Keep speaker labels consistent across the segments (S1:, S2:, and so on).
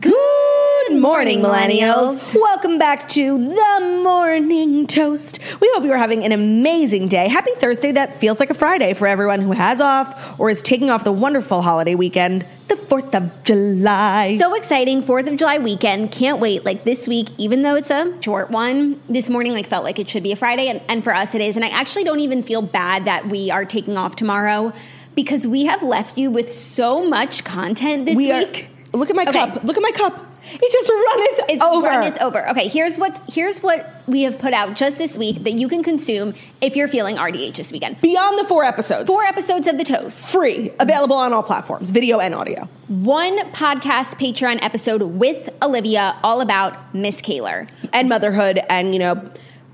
S1: Good morning, millennials. Welcome back to the morning toast. We hope you are having an amazing day. Happy Thursday that feels like a Friday for everyone who has off or is taking off the wonderful holiday weekend, the 4th of July.
S2: So exciting, 4th of July weekend. Can't wait. Like this week, even though it's a short one, this morning like felt like it should be a Friday and, and for us it is. And I actually don't even feel bad that we are taking off tomorrow because we have left you with so much content this
S1: we
S2: week.
S1: Are, look at my
S2: Okay.
S1: cup. Look at my cup. It just runneth
S2: It's
S1: over.
S2: run, it's over. Okay, here's what's here's what we have put out just this week that you can consume if you're feeling RDH this weekend.
S1: Beyond the four episodes.
S2: Four episodes of The Toast,
S1: free, available on all platforms, video and audio.
S2: one podcast Patreon episode with Olivia, all about Miss Kaler.
S1: and motherhood and you know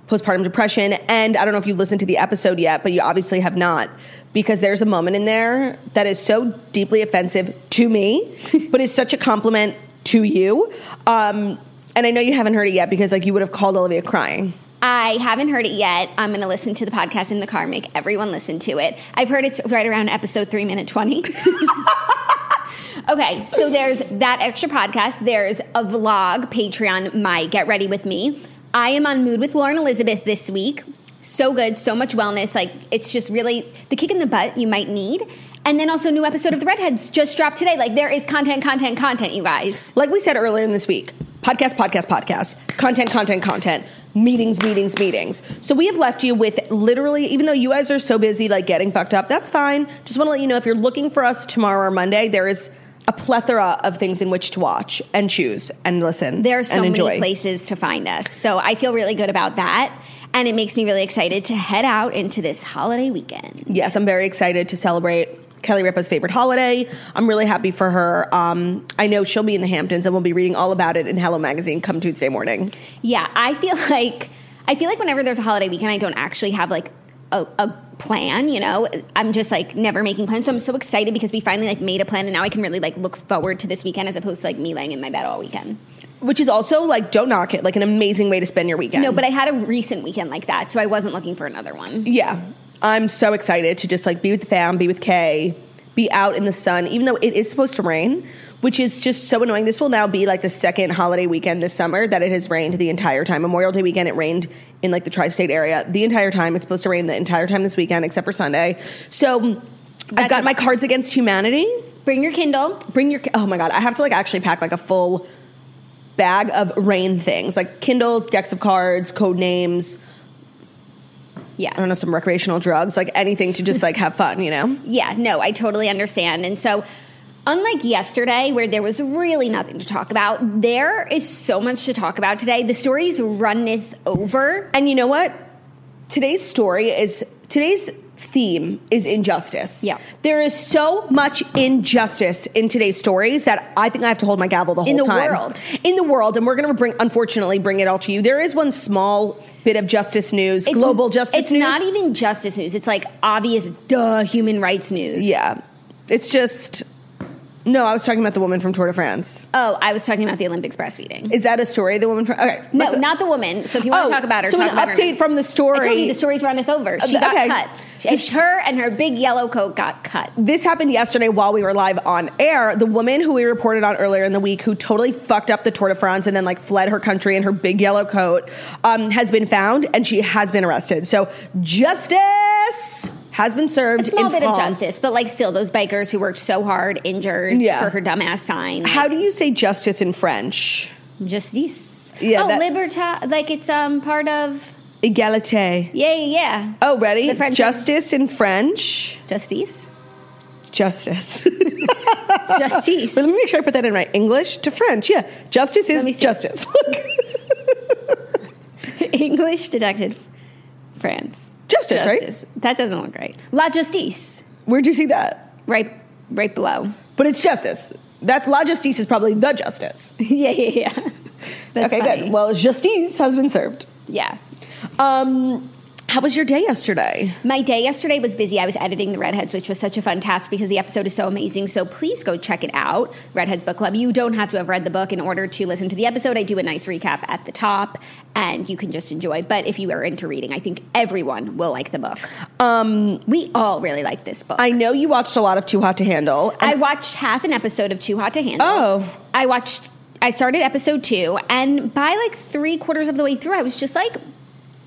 S1: postpartum depression and i don't know if you listened to the episode yet but you obviously have not because there's a moment in there that is so deeply offensive to me but is such a compliment to you um, and i know you haven't heard it yet because like you would have called olivia crying
S2: I haven't heard it yet. I'm going to listen to the podcast in the car, make everyone listen to it. I've heard it's right around episode 3 minute 20. okay, so there's that extra podcast. There's a vlog, Patreon, my Get Ready With Me. I am on Mood with Lauren Elizabeth this week. So good, so much wellness. Like, it's just really the kick in the butt you might need. And then also, a new episode of The Redheads just dropped today. Like, there is content, content, content, you guys.
S1: like we said earlier in this week podcast podcast podcast content content content meetings meetings meetings so we have left you with literally even though you guys are so busy like getting fucked up that's fine just want to let you know if you're looking for us tomorrow or monday there is a plethora of things in which to watch and choose and listen
S2: There are so
S1: and enjoy
S2: many places to find us. So I feel really good about that. And it makes me really excited to head out into this holiday weekend.
S1: yes i'm very excited to celebrate kelly ripa's favorite holiday i'm really happy for her um, i know she'll be in the hamptons and we'll be reading all about it in hello magazine come tuesday morning
S2: Yeah, I feel like I feel like whenever there's a holiday weekend, I don't actually have like a, a plan, you know? I'm just like never making plans. So I'm so excited because we finally like made a plan and now I can really like look forward to this weekend as opposed to like me laying in my bed all weekend.
S1: which is also like don't knock it like an amazing way to spend your weekend
S2: No, but I had a recent weekend like that, so I wasn't looking for another one.
S1: yeah i'm so excited to just like be with the fam be with kay be out in the sun even though it is supposed to rain which is just so annoying this will now be like the second holiday weekend this summer that it has rained the entire time memorial day weekend it rained in like the tri-state area the entire time it's supposed to rain the entire time this weekend except for sunday so i've
S2: That's
S1: got my cards against humanity
S2: Bring your Kindle.
S1: bring your oh my god i have to like actually pack like a full bag of rain things like kindles decks of cards code names
S2: Yeah.
S1: I don't know, some recreational drugs, like anything to just like have fun, you know?
S2: Yeah, no, I totally understand. And so, unlike yesterday, where there was really nothing to talk about, there is so much to talk about today. The stories runneth over.
S1: And you know what? Today's story is today's theme is injustice.
S2: Yeah.
S1: There is so much injustice in today's stories that I think I have to hold my gavel the whole
S2: In the
S1: time.
S2: world.
S1: In the world, and we're gonna bring unfortunately bring it all to you. There is one small bit of justice news,
S2: It's-
S1: global justice
S2: It's
S1: news.
S2: not even justice news. It's like obvious, duh, human rights news.
S1: Yeah. It's just no, I was talking about the woman from Tour de France.
S2: Oh, I was talking about the Olympics breastfeeding.
S1: Is that a story? The woman from okay.
S2: no,
S1: let's-
S2: not the woman. So if you want
S1: Oh,
S2: to talk about her,
S1: so
S2: talk
S1: an
S2: about her
S1: update
S2: now.
S1: from the story.
S2: I told you the stories runneth over. She got
S1: Okay.
S2: cut. It's her and her big yellow coat got cut.
S1: this happened yesterday while we were live on air. The woman who we reported on earlier in the week, who totally fucked up the Tour de France and then like fled her country in her big yellow coat, um, has been found and she has been arrested. So justice has been served.
S2: a small
S1: in
S2: bit of
S1: France.
S2: justice, but like still, those bikers who worked so hard, injured
S1: Yeah.
S2: for her dumbass sign.
S1: How do you say justice in French?
S2: Justice.
S1: Yeah,
S2: Oh,
S1: that-
S2: liberta. Like it's um part of.
S1: Egalite.
S2: Yeah, yeah, yeah.
S1: Oh, ready?
S2: The French-
S1: Justice in French.
S2: Justice.
S1: Justice. Let
S2: Justice.
S1: me make sure I put that in right. English to French. Yeah. Justice
S2: me
S1: is
S2: see.
S1: justice. Look.
S2: English detective. France.
S1: Justice, right?
S2: That doesn't look right. La justice.
S1: Where'd you see that?
S2: Right, right below.
S1: But it's justice. That's La Justice is probably the justice.
S2: yeah, yeah, yeah. That's
S1: okay,
S2: funny.
S1: good. Well, justice has been served.
S2: yeah.
S1: Um, how was your day yesterday?
S2: My day yesterday was busy. I was editing The Redheads, which was such a fun task because the episode is so amazing. So please go check it out, Redheads Book Club. You don't have to have read the book in order to listen to the episode. I do a nice recap at the top and you can just enjoy. But if you are into reading, I think everyone will like the book. Um, we all really like this book.
S1: I know you watched a lot of Too Hot to Handle.
S2: I watched half an episode of Too Hot to Handle.
S1: Oh.
S2: I watched. I started episode two, and by like three quarters of the way through, I was just like,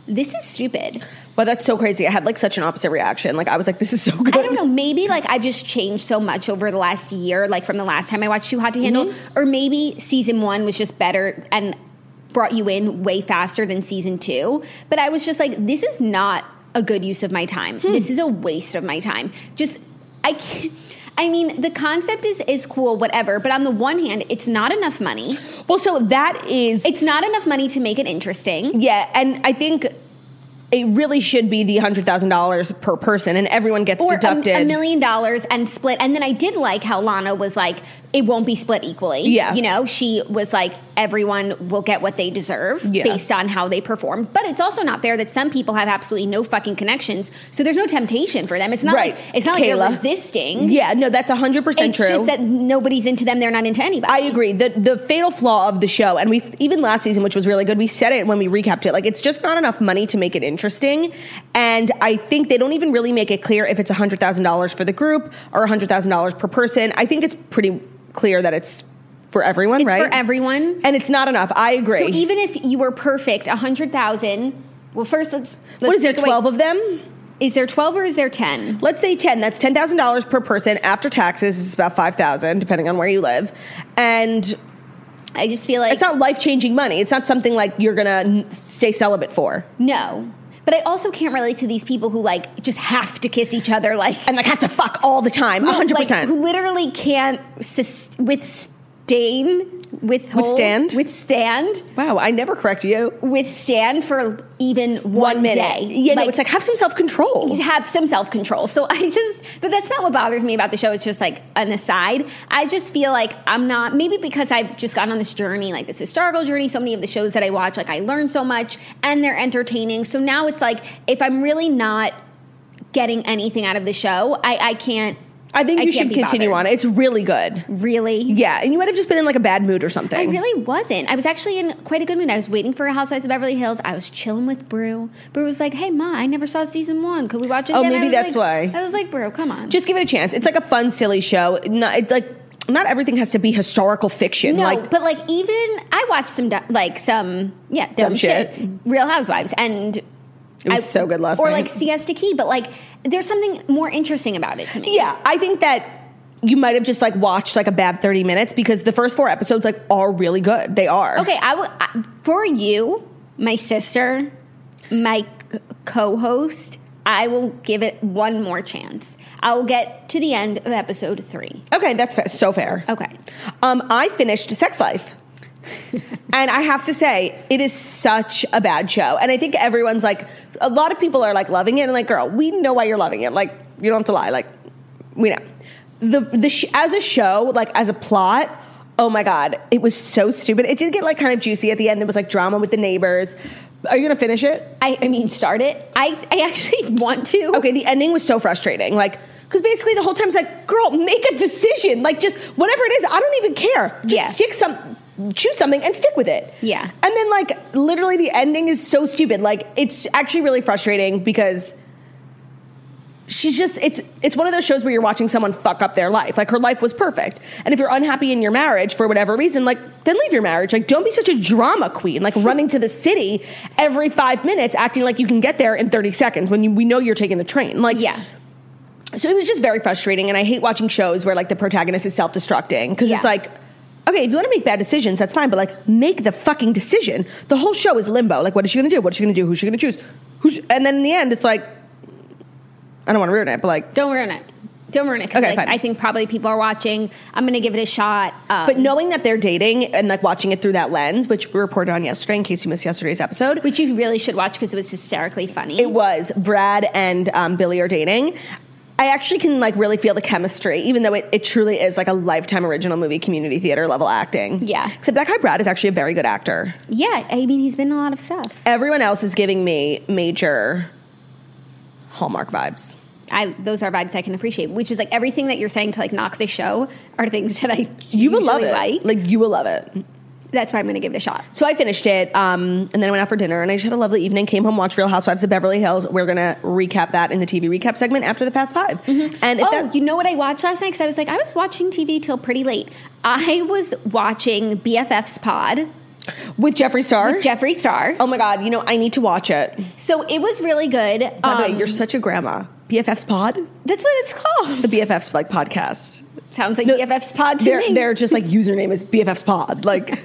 S2: "This is stupid."
S1: Well, that's so crazy. I had like such an opposite reaction. Like I was like, this is so good.
S2: I don't know. Maybe like I've just changed so much over the last year, like from the last time I watched Too Hot to Handle, or maybe season one was just better and brought you in way faster than season two. But I was just like, this is not a good use of my time. This is a waste of my time. Just I can't. I mean, the concept is is cool, whatever. But on the one hand, it's not enough money.
S1: Well, so that is
S2: It's not enough money to make it interesting.
S1: Yeah, and I think it really should be the hundred thousand dollars per person, and everyone gets
S2: Or a,
S1: deducted.
S2: a million dollars and split. And then I did like how Lana was like, it won't be split equally.
S1: Yeah.
S2: You know, she was like, everyone will get what they deserve
S1: Yeah.
S2: based on how they perform. But it's also not fair that some people have absolutely no fucking connections. So there's no temptation for them. It's not
S1: Right.
S2: like it's not
S1: Kayla.
S2: like they're resisting.
S1: Yeah, no, that's hundred percent
S2: It's
S1: true.
S2: just that nobody's into them. They're not into anybody.
S1: I agree. The the fatal flaw of the show, and we even last season, which was really good, we said it when we recapped it. Like it's just not enough money to make it interesting, and I think they don't even really make it clear if it's hundred thousand dollars for the group or hundred thousand dollars per person. I think it's pretty clear that it's for everyone,
S2: It's
S1: right?
S2: for everyone.
S1: and it's not enough. I agree.
S2: So even if you were perfect, a hundred thousand. Well, first let's. let's
S1: what is there?
S2: take away-
S1: Twelve of them.
S2: Is there twelve or is there ten?
S1: let's say 10 that's $10000 per person after taxes is about 5000 depending on where you live and
S2: I just feel like
S1: it's not life-changing money it's not something like you're gonna n- stay celibate for
S2: No. But I also can't relate to these people who like just have to kiss each other like
S1: and like have to fuck all the time 100%
S2: like, who literally can't sus- withstand withhold
S1: Withstand?
S2: withstand
S1: wow i never correct you
S2: withstand for even one, day.
S1: yeah no it's like have some self-control
S2: to have some self control. So I just, but that's not what bothers me about the show. It's just like an aside. I just feel like I'm not, maybe because I've just gone on this journey, like this historical journey, so many of the shows that I watch, like I learn so much and they're entertaining. So now it's like, if I'm really not getting anything out of the show, I, I can't.
S1: i think
S2: I
S1: you
S2: can't
S1: should
S2: be
S1: continue
S2: bothered.
S1: on it it's really good
S2: Really?
S1: yeah and you might have just been in like a bad mood or something
S2: I really wasn't. I was actually in quite a good mood. I was waiting for Housewives of Beverly Hills. I was chilling with Brew. Brew was like, "Hey, ma, I never saw season one. Could we watch it?"
S1: Oh,
S2: again?" I
S1: maybe
S2: was
S1: that's
S2: like-
S1: why.
S2: I was like, "Brew, come on."
S1: just give it a chance it's like a fun silly show not, it, like not everything has to be historical fiction
S2: No,
S1: like
S2: but like even I watched some du- like some yeah dumb,
S1: Dumb
S2: shit.
S1: shit.
S2: Real Housewives, and it
S1: was so good last
S2: or
S1: night.
S2: like Siesta Key, but like there's something more interesting about it to me.
S1: Yeah, I think that you might have just like watched like a bad 30 minutes because the first four episodes like are really good. They are.
S2: Okay, I will I- for you, my sister, my c- co-host. I will give it one more chance. I will get to the end of episode three.
S1: Okay, that's fa- so fair.
S2: Okay.
S1: Um I finished Sex Life. and I have to say, it is such a bad show. And I think everyone's like a lot of people are like loving it and like girl, we know why you're loving it. Like you don't have to lie. Like we know. The the sh- as a show, like as a plot, oh my god, it was so stupid. It did get like kind of juicy at the end. There was like drama with the neighbors. Are you going to finish it?
S2: I, I mean, start it. I, I actually want to.
S1: okay, the ending was so frustrating. Like, because basically the whole time it's like, girl, make a decision. Like, just whatever it is, I don't even care. Just
S2: Yeah.
S1: stick some, choose something and stick with it.
S2: Yeah.
S1: And then, like, literally the ending is so stupid. Like, it's actually really frustrating because she's just it's it's one of those shows where you're watching someone fuck up their life like her life was perfect and if you're unhappy in your marriage for whatever reason like then leave your marriage like don't be such a drama queen like running to the city every five minutes acting like you can get there in 30 seconds when you, we know you're taking the train like
S2: Yeah.
S1: so it was just very frustrating and i hate watching shows where like the protagonist is self-destructing because
S2: Yeah.
S1: it's like okay, if you want to make bad decisions, that's fine, but like make the fucking decision. The whole show is limbo. Like, what is she going to do? What is she going to do? Who's she going to choose? Who's, and then in the end, it's like, I don't want to ruin it, but like,
S2: Don't ruin it. Don't ruin it because
S1: Okay,
S2: like,
S1: fine.
S2: I think probably people are watching. I'm going to give it a shot. Um,
S1: but knowing that they're dating and like watching it through that lens, which we reported on yesterday in case you missed yesterday's episode,
S2: which you really should watch because it was hysterically funny.
S1: It was Brad and um, Billy are dating. I actually can like really feel the chemistry, even though it, it truly is like a lifetime original movie, community theater level acting.
S2: Yeah.
S1: Except that guy Brad is actually a very good actor.
S2: Yeah, I mean, he's been in a lot of stuff.
S1: Everyone else is giving me major Hallmark vibes.
S2: I those are vibes I can appreciate, which is like everything that you're saying to like knock the show are things that I
S1: You will love it.
S2: Like.
S1: Like you will love it.
S2: That's why I'm going to give it a shot.
S1: So I finished it, um, and then I went out for dinner, and I just had a lovely evening. Came home, watched Real Housewives of Beverly Hills. We're gonna recap that in the TV recap segment after the Fast 5 And if
S2: oh,
S1: that,
S2: you know what I watched last night? Because I was like, I was watching TV till pretty late. I was watching BFF's Pod
S1: with Jeffree Star,
S2: with Jeffree Star.
S1: oh my god, you know I need to watch it.
S2: So it was really good.
S1: By the
S2: Um,
S1: way, you're such a grandma. BFFs pod?
S2: that's what it's
S1: The
S2: called.
S1: BFFs like podcast.
S2: Sounds like BFF's Pod to
S1: Their
S2: me.
S1: their just like username is BFFs pod. Like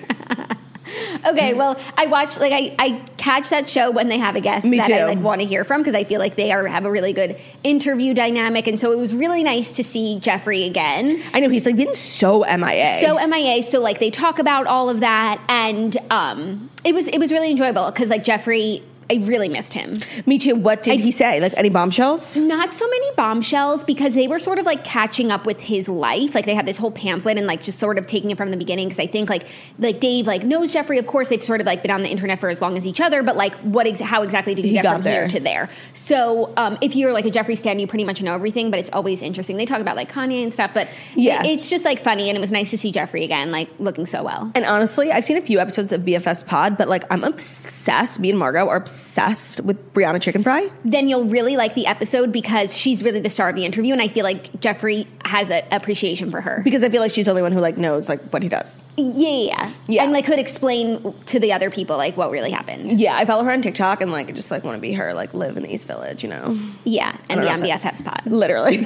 S2: Okay,
S1: Mm.
S2: well, I watch like I, I catch that show when they have a guest
S1: Me
S2: that I
S1: too.
S2: like want to hear from because I feel like they are have a really good interview dynamic, and so it was really nice to see Jeffrey again.
S1: I know he's like been so MIA.
S2: So MIA, so like they talk about all of that, and um, it was it was really enjoyable because like Jeffrey, I really missed him.
S1: me too. What did
S2: I-
S1: he say? Like any bombshells?
S2: Not so many bombshells because they were sort of like catching up with his life. Like they had this whole pamphlet and like just sort of taking it from the beginning. Because I think like like Dave like knows Jeffrey. Of course, they've sort of like been on the internet for as long as each other. But like, what ex- how exactly did you
S1: He
S2: get
S1: got
S2: from
S1: there.
S2: here to there? So um, if you're like a Jeffrey stan, you pretty much know everything. But it's always interesting. They talk about like Kanye and stuff. But
S1: Yeah.
S2: it- it's just like funny, and it was nice to see Jeffrey again, like looking so well.
S1: And honestly, I've seen a few episodes of BFFs pod, but like I'm obsessed. Me and Margot are obsessed with Brianna Chicken Fry.
S2: then you'll really like the episode because she's really the star of the interview, and I feel like Jeffrey has an appreciation for her.
S1: Because I feel like she's the only one who like knows like what he does.
S2: Yeah, yeah,
S1: Yeah. Mm-hmm.
S2: and like could explain to the other people like what really happened.
S1: Yeah, I follow her on TikTok and like I just like want to be her, like live in the East Village, you know.
S2: Yeah, and
S1: don't
S2: be
S1: know
S2: on
S1: if that-
S2: BFF's pod.
S1: Literally.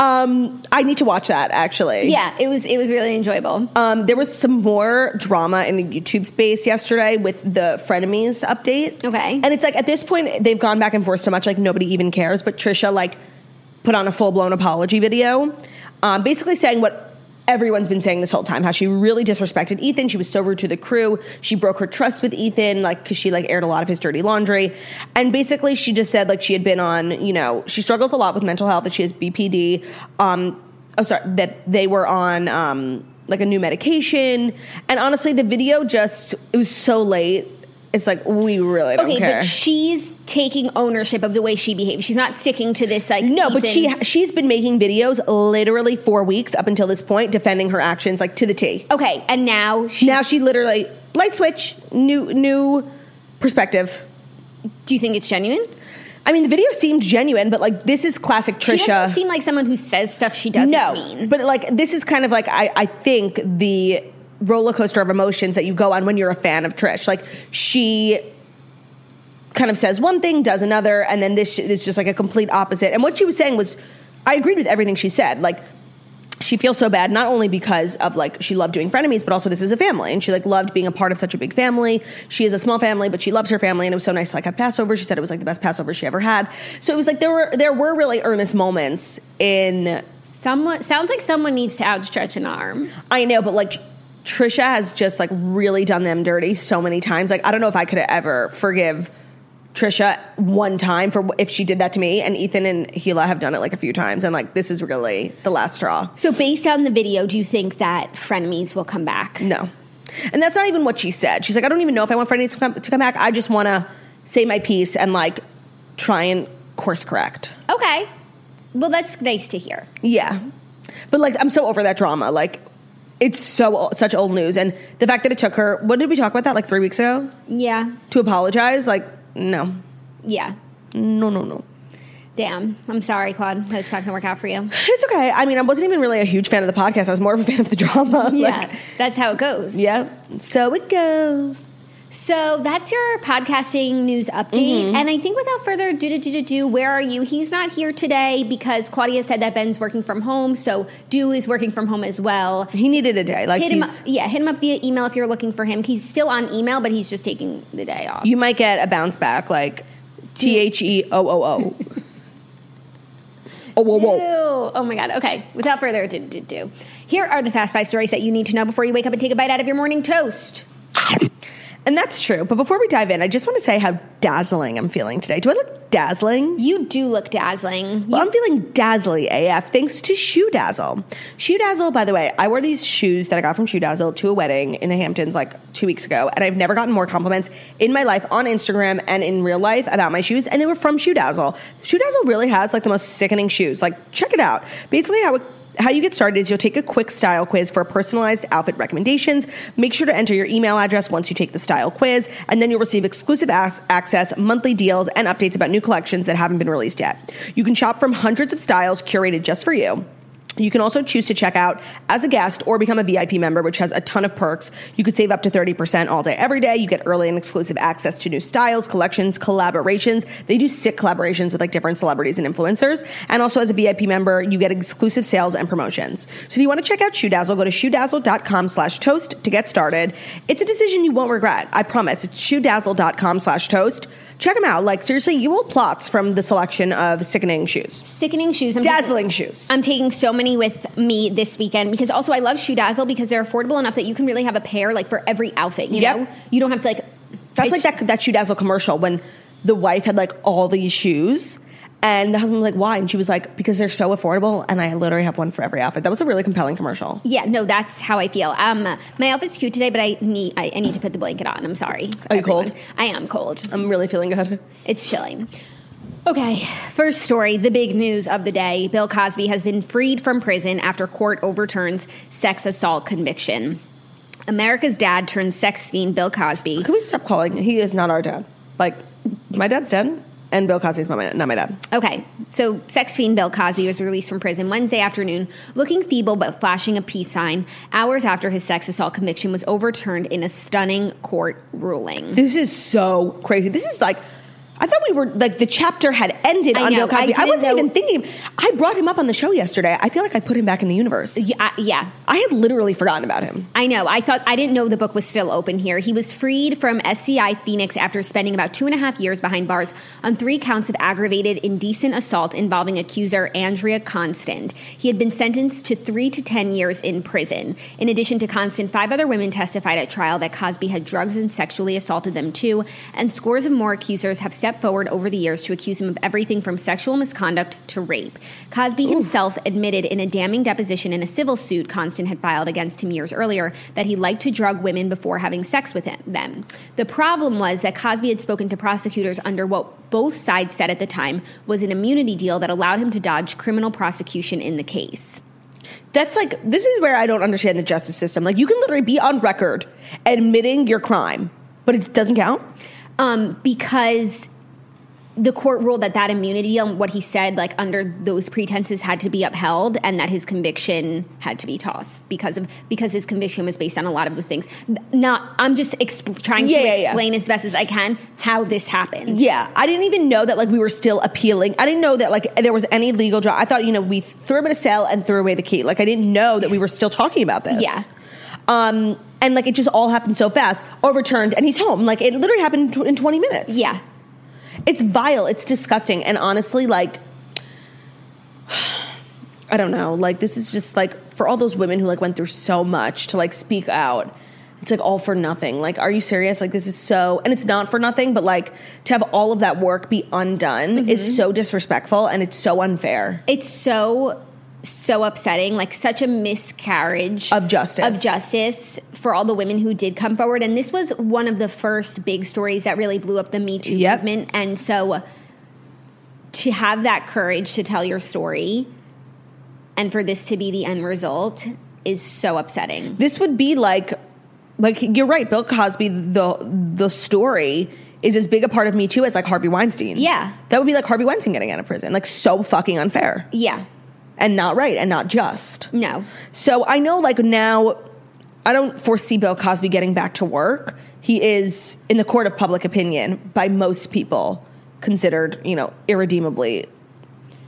S1: um I need to watch that actually.
S2: Yeah, it was it was really enjoyable.
S1: Um, there was some more drama in the YouTube space yesterday with the frenemies update.
S2: Okay.
S1: and it's like at this point they've gone back and forth so much, like nobody even cares. But Trisha like put on a full blown apology video, um, basically saying what everyone's been saying this whole time: how she really disrespected Ethan. She was so rude to the crew. She broke her trust with Ethan, like because she like aired a lot of his dirty laundry. And basically, she just said like she had been on, you know, she struggles a lot with mental health. That she has BPD. Um, oh sorry that they were on um like a new medication and honestly the video just it was so late it's like we really don't
S2: okay,
S1: care
S2: but she's taking ownership of the way she behaves. She's not sticking to this like
S1: no but
S2: Ethan-
S1: she she's been making videos literally four weeks up until this point defending her actions like to the t
S2: Okay, and now she,
S1: now she literally light switch new new perspective
S2: do you think it's genuine?
S1: i mean the video seemed genuine but like this is classic trisha
S2: She doesn't seem like someone who says stuff she doesn't
S1: no,
S2: mean.
S1: But like this is kind of like I, I think the roller coaster of emotions that you go on when you're a fan of Trish. Like she kind of says one thing, does another, and then this sh- is just like a complete opposite. And what she was saying was, I agreed with everything she said. Like she feels so bad not only because of like she loved doing frenemies, but also this is a family, and she like loved being a part of such a big family. She is a small family, but she loves her family, and it was so nice to like have Passover. She said it was like the best Passover she ever had. So it was like there were there were really earnest moments in
S2: someone sounds like someone needs to outstretch an arm.
S1: I know, but like Trisha has just like really done them dirty so many times. Like I don't know if I could ever forgive Trisha one time for if she did that to me. And Ethan and Gila have done it like a few times, and like this is really the last straw.
S2: So based on the video, do you think that frenemies will come back?
S1: No, and that's not even what she said. She's like, I don't even know if I want Freddie to come to come back. I just want to say my piece and like try and course correct.
S2: Okay. Well, that's nice to hear.
S1: Yeah, but like I'm so over that drama. Like it's so such old news, and the fact that it took her. What did we talk about that like three weeks ago?
S2: Yeah.
S1: to apologize like no
S2: Yeah.
S1: no no no
S2: Damn. I'm sorry, Claude. That's not going to work out for you.
S1: it's okay i mean i wasn't even really a huge fan of the podcast i was more of a fan of the drama
S2: Yeah.
S1: like,
S2: that's how it goes.
S1: yeah so it goes
S2: So that's your podcasting news update.
S1: Mm-hmm.
S2: And I think without further ado, do, do, do, do, where are you? He's not here today because Claudia said that Ben's working from home. So Do is working from home as well.
S1: He needed a day. Like
S2: Hit him up,
S1: he's,
S2: yeah, hit him up via email if you're looking for him. He's still on email, but he's just taking the day off.
S1: you might get a bounce back like T H E O O O. Oh whoa whoa.
S2: Ew. Oh my God. Okay. Without further ado, do, do. here are the fast five stories that you need to know before you wake up and take a bite out of your morning toast.
S1: And that's true. But before we dive in, I just want to say how dazzling I'm feeling today. Do I look dazzling?
S2: You do look dazzling.
S1: Well, I'm feeling dazzly AF thanks to Shoe Dazzle. Shoe Dazzle, by the way, I wore these shoes that I got from Shoe Dazzle to a wedding in the Hamptons like two weeks ago, and I've never gotten more compliments in my life on Instagram and in real life about my shoes, and they were from Shoe Dazzle. Shoe Dazzle really has like the most sickening shoes. Like, check it out. Basically, how it how you get started is you'll take a quick style quiz for personalized outfit recommendations. Make sure to enter your email address once you take the style quiz, and then you'll receive exclusive as- access, monthly deals, and updates about new collections that haven't been released yet. You can shop from hundreds of styles curated just for you. You can also choose to check out as a guest or become a VIP member, which has a ton of perks. You could save up to 30% all day, every day. You get early and exclusive access to new styles, collections, collaborations. They do sick collaborations with like different celebrities and influencers. And also as a VIP member, you get exclusive sales and promotions. So if you want to check out Shoe Dazzle, go to shoedazzle.com slash toast to get started. It's a decision you won't regret. I promise. It's shoedazzle.com slash toast. Check them out. Like seriously, you will plots from the selection of sickening shoes,
S2: Sickening shoes. I'm
S1: dazzling shoes.
S2: I'm taking so many with me this weekend because also I love Shoe Dazzle because they're affordable enough that you can really have a pair like for every outfit. You
S1: Yep.
S2: know, you don't have to like.
S1: That's
S2: it's-
S1: like that that shoe dazzle commercial when the wife had like all these shoes. And the husband was like, why? And she was like, because they're so affordable and I literally have one for every outfit. That was a really compelling commercial.
S2: Yeah, no, that's how I feel. Um, my outfit's cute today, but I need I, I need to put the blanket on. I'm sorry.
S1: Are you cold?
S2: I am cold.
S1: I'm really feeling good.
S2: It's chilling. Okay, first story, the big news of the day. Bill Cosby has been freed from prison after court overturns sex assault conviction. America's dad turned sex fiend Bill Cosby.
S1: Can we stop calling? He is not our dad. Like, my dad's dead and Bill Cosby's not my, not my dad.
S2: Okay, so sex fiend Bill Cosby was released from prison Wednesday afternoon, looking feeble but flashing a peace sign, hours after his sex assault conviction was overturned in a stunning court ruling.
S1: This is so crazy. This is like, I thought we were, like, the chapter had ended
S2: I
S1: on
S2: know.
S1: Bill Cosby.
S2: I
S1: I,
S2: didn't
S1: wasn't
S2: know-
S1: even thinking. I brought him up on the show yesterday. I feel like I put him back in the universe.
S2: Yeah, I- yeah,
S1: I had literally forgotten about him.
S2: I know. I thought I didn't know the book was still open here. He was freed from SCI Phoenix after spending about two and a half years behind bars on three counts of aggravated indecent assault involving accuser Andrea Constant. He had been sentenced to three to ten years in prison. In addition to Constant, five other women testified at trial that Cosby had drugs and sexually assaulted them too, and scores of more accusers have stepped forward over the years to accuse him of everything from sexual misconduct to rape. Cosby himself admitted in a damning deposition in a civil suit Constant had filed against him years earlier that he liked to drug women before having sex with him, them. The problem was that Cosby had spoken to prosecutors under what both sides said at the time was an immunity deal that allowed him to dodge criminal prosecution in the case.
S1: That's like this is where I don't understand the justice system. Like you can literally be on record admitting your crime, but it doesn't count.
S2: um, because the court ruled that that immunity and what he said, like under those pretenses, had to be upheld, and that his conviction had to be tossed because of because his conviction was based on a lot of the things. Not, I'm just expl- trying
S1: Yeah,
S2: to
S1: yeah, yeah.
S2: explain as best as I can how this happened.
S1: Yeah, I didn't even know that like we were still appealing. I didn't know that like there was any legal draw. I thought you know we th- threw him in a cell and threw away the key. Like I didn't know that we were still talking about this.
S2: Yeah.
S1: Um, and like it just all happened so fast, overturned, and he's home. Like it literally happened in twenty minutes.
S2: yeah.
S1: it's vile it's disgusting and honestly like i don't know like this is just like for all those women who like went through so much to like speak out it's like all for nothing like are you serious like this is so and it's not for nothing but like to have all of that work be undone is so disrespectful and it's so unfair
S2: it's so so upsetting like such a miscarriage
S1: Of justice.
S2: of justice for all the women who did come forward and this was one of the first big stories that really blew up the me too
S1: Yep.
S2: movement and so to have that courage to tell your story and for this to be the end result is so upsetting
S1: this would be like like you're right bill cosby the the story is as big a part of me too as like harvey weinstein
S2: Yeah.
S1: that would be like harvey weinstein getting out of prison like so fucking unfair
S2: yeah
S1: and not right and not just.
S2: no
S1: So I know like now I don't foresee Bill Cosby getting back to work. He is in the court of public opinion by most people considered, you know, irredeemably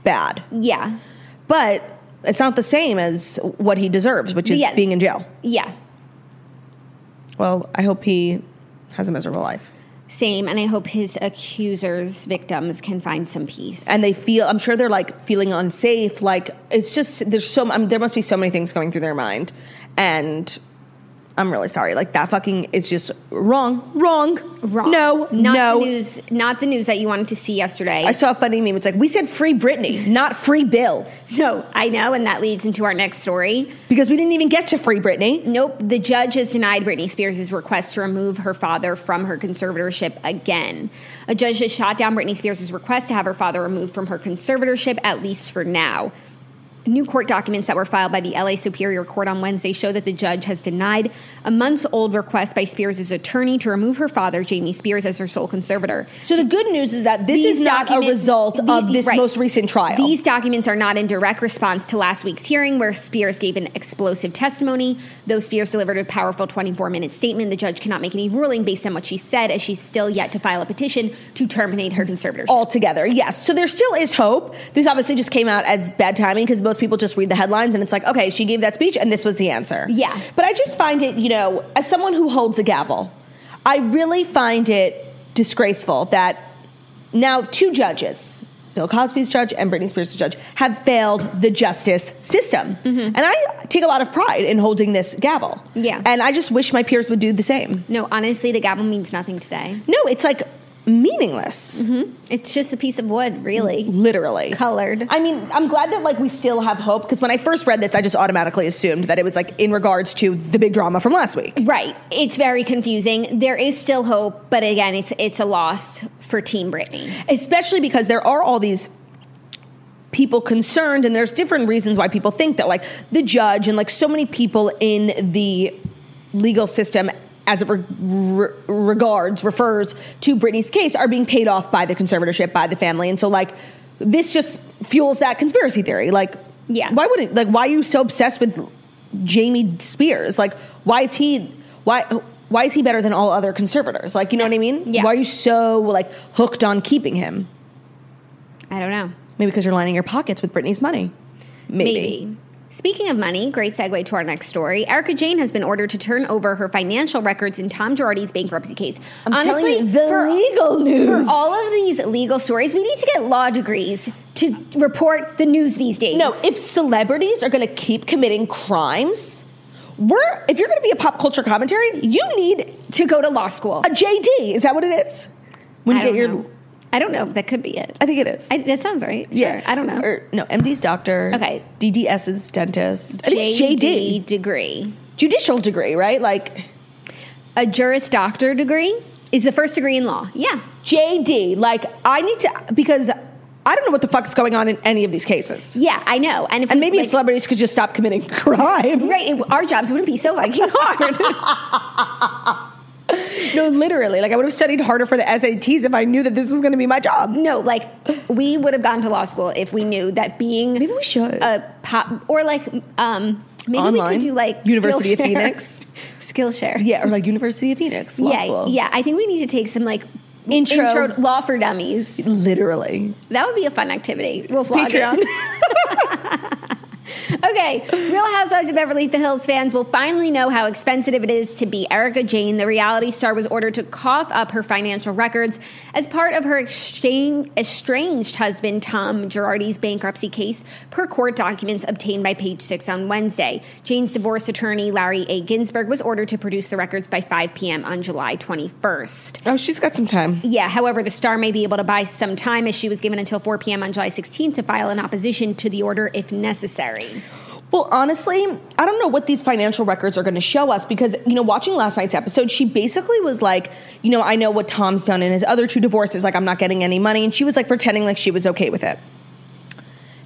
S1: bad.
S2: Yeah.
S1: But it's not the same as what he deserves, which is
S2: Yeah.
S1: being in jail.
S2: Yeah.
S1: Well, I hope he has a miserable life.
S2: Same. And I hope his accusers, victims can find some peace.
S1: and they feel i'm sure they're like feeling unsafe like it's just there's so I mean, there must be so many things going through their mind and i'm really sorry like that fucking is just wrong wrong
S2: Wrong.
S1: no
S2: not
S1: no
S2: the news. Not the news that you wanted to see yesterday.
S1: i saw a funny meme it's like we said free britney not free bill
S2: no, I know, and that leads into our next story.
S1: because we didn't even get to free britney
S2: Nope, the judge has denied Britney Spears' request to remove her father from her conservatorship again. A judge has shot down Britney Spears' request to have her father removed from her conservatorship, at least for now. New court documents that were filed by the LA Superior Court on Wednesday show that the judge has denied a months old request by Spears' attorney to remove her father, Jamie Spears, as her sole conservator.
S1: so the good news is that this
S2: These
S1: is not a
S2: documents-
S1: result of
S2: the-
S1: this
S2: right.
S1: most recent trial
S2: These documents are not in direct response to last week's hearing, where Spears gave an explosive testimony. Though Spears delivered a powerful 24 minute statement, the judge cannot make any ruling based on what she said, as she's still yet to file a petition to terminate her conservatorship.
S1: altogether. Yes. So there still is hope. This obviously just came out as bad timing because most people just read the headlines and it's like, okay, she gave that speech and this was the answer.
S2: Yeah.
S1: But I just find it, you know, as someone who holds a gavel, I really find it disgraceful that now two judges, Bill Cosby's judge and Britney Spears' judge, have failed the justice system. And I take a lot of pride in holding this gavel.
S2: Mm-hmm. Yeah.
S1: And I just wish my peers would do the same.
S2: no, honestly, the gavel means nothing today.
S1: No, it's like meaningless,
S2: It's just a piece of wood, really.
S1: literally.
S2: Colored.
S1: I mean, I'm glad that like we still have hope because when I first read this, I just automatically assumed that it was like in regards to the big drama from last week.
S2: Right. It's very confusing. There is still hope, but again, it's it's a loss for Team Britney.
S1: Especially because there are all these people concerned and there's different reasons why people think that like the judge and like so many people in the legal system as it re- re- regards refers to Britney's case are being paid off by the conservatorship by the family and so like this just fuels that conspiracy theory like
S2: Yeah.
S1: why wouldn't like why are you so obsessed with Jamie Spears like why is he why why is he better than all other conservators like you know what I mean
S2: Yeah.
S1: why are you so like hooked on keeping him
S2: I don't know.
S1: Maybe because you're lining your pockets with Britney's money. Maybe.
S2: Speaking of money, great segue to our next story. Erica Jane has been ordered to turn over her financial records in Tom Girardi's bankruptcy case.
S1: I'm telling you, the legal news.
S2: for all of these legal stories, we need to get law degrees to report the news these days.
S1: no, if celebrities are going to keep committing crimes, we're if you're going to be a pop culture commentary, you need
S2: to go to law school.
S1: a JD. Is that what it is? When
S2: I
S1: you
S2: don't
S1: get your,
S2: know. I don't know. That could be it.
S1: I think it is.
S2: I, that sounds right. Sure. I don't know.
S1: Or, no, MD's doctor.
S2: Okay.
S1: DDS's dentist. I think
S2: JD,
S1: JD.
S2: degree.
S1: Judicial degree, right? Like
S2: A Juris Doctor degree is the first degree in law. Yeah.
S1: JD. Like I need to because I don't know what the fuck is going on in any of these cases.
S2: Yeah, I know. And if
S1: And
S2: we,
S1: maybe
S2: like,
S1: if celebrities could just stop committing crimes.
S2: Right, it- our jobs wouldn't be so fucking hard.
S1: No, literally. Like I would have studied harder for the SATs if I knew that this was going to be my job.
S2: No, like we would have gone to law school if we knew that being
S1: Maybe we should.
S2: a pop or like um maybe we
S1: Online?
S2: could do like
S1: University of
S2: Skillshare.
S1: Phoenix?
S2: Skillshare.
S1: yeah, or like University of Phoenix law
S2: yeah,
S1: school.
S2: yeah. I think we need to take some like
S1: Intro.
S2: law for dummies.
S1: literally.
S2: That would be a fun activity. We'll vlog
S1: Patreon.
S2: it. Okay, Real Housewives of Beverly Hills fans will finally know how expensive it is to be Erica Jane. The reality star was ordered to cough up her financial records as part of her exchange, estranged husband Tom Girardi's bankruptcy case, per court documents obtained by Page Six on Wednesday. Jane's divorce attorney Larry A. Ginsburg was ordered to produce the records by 5 p.m. on July 21st.
S1: oh, she's got some time.
S2: Yeah, however, the star may be able to buy some time as she was given until 4 p.m. on July 16th to file an opposition to the order if necessary.
S1: Well, honestly, I don't know what these financial records are going to show us because, you know, watching last night's episode, she basically was like, you know, I know what Tom's done in his other two divorces. Like, I'm not getting any money. And she was like pretending like she was okay with it.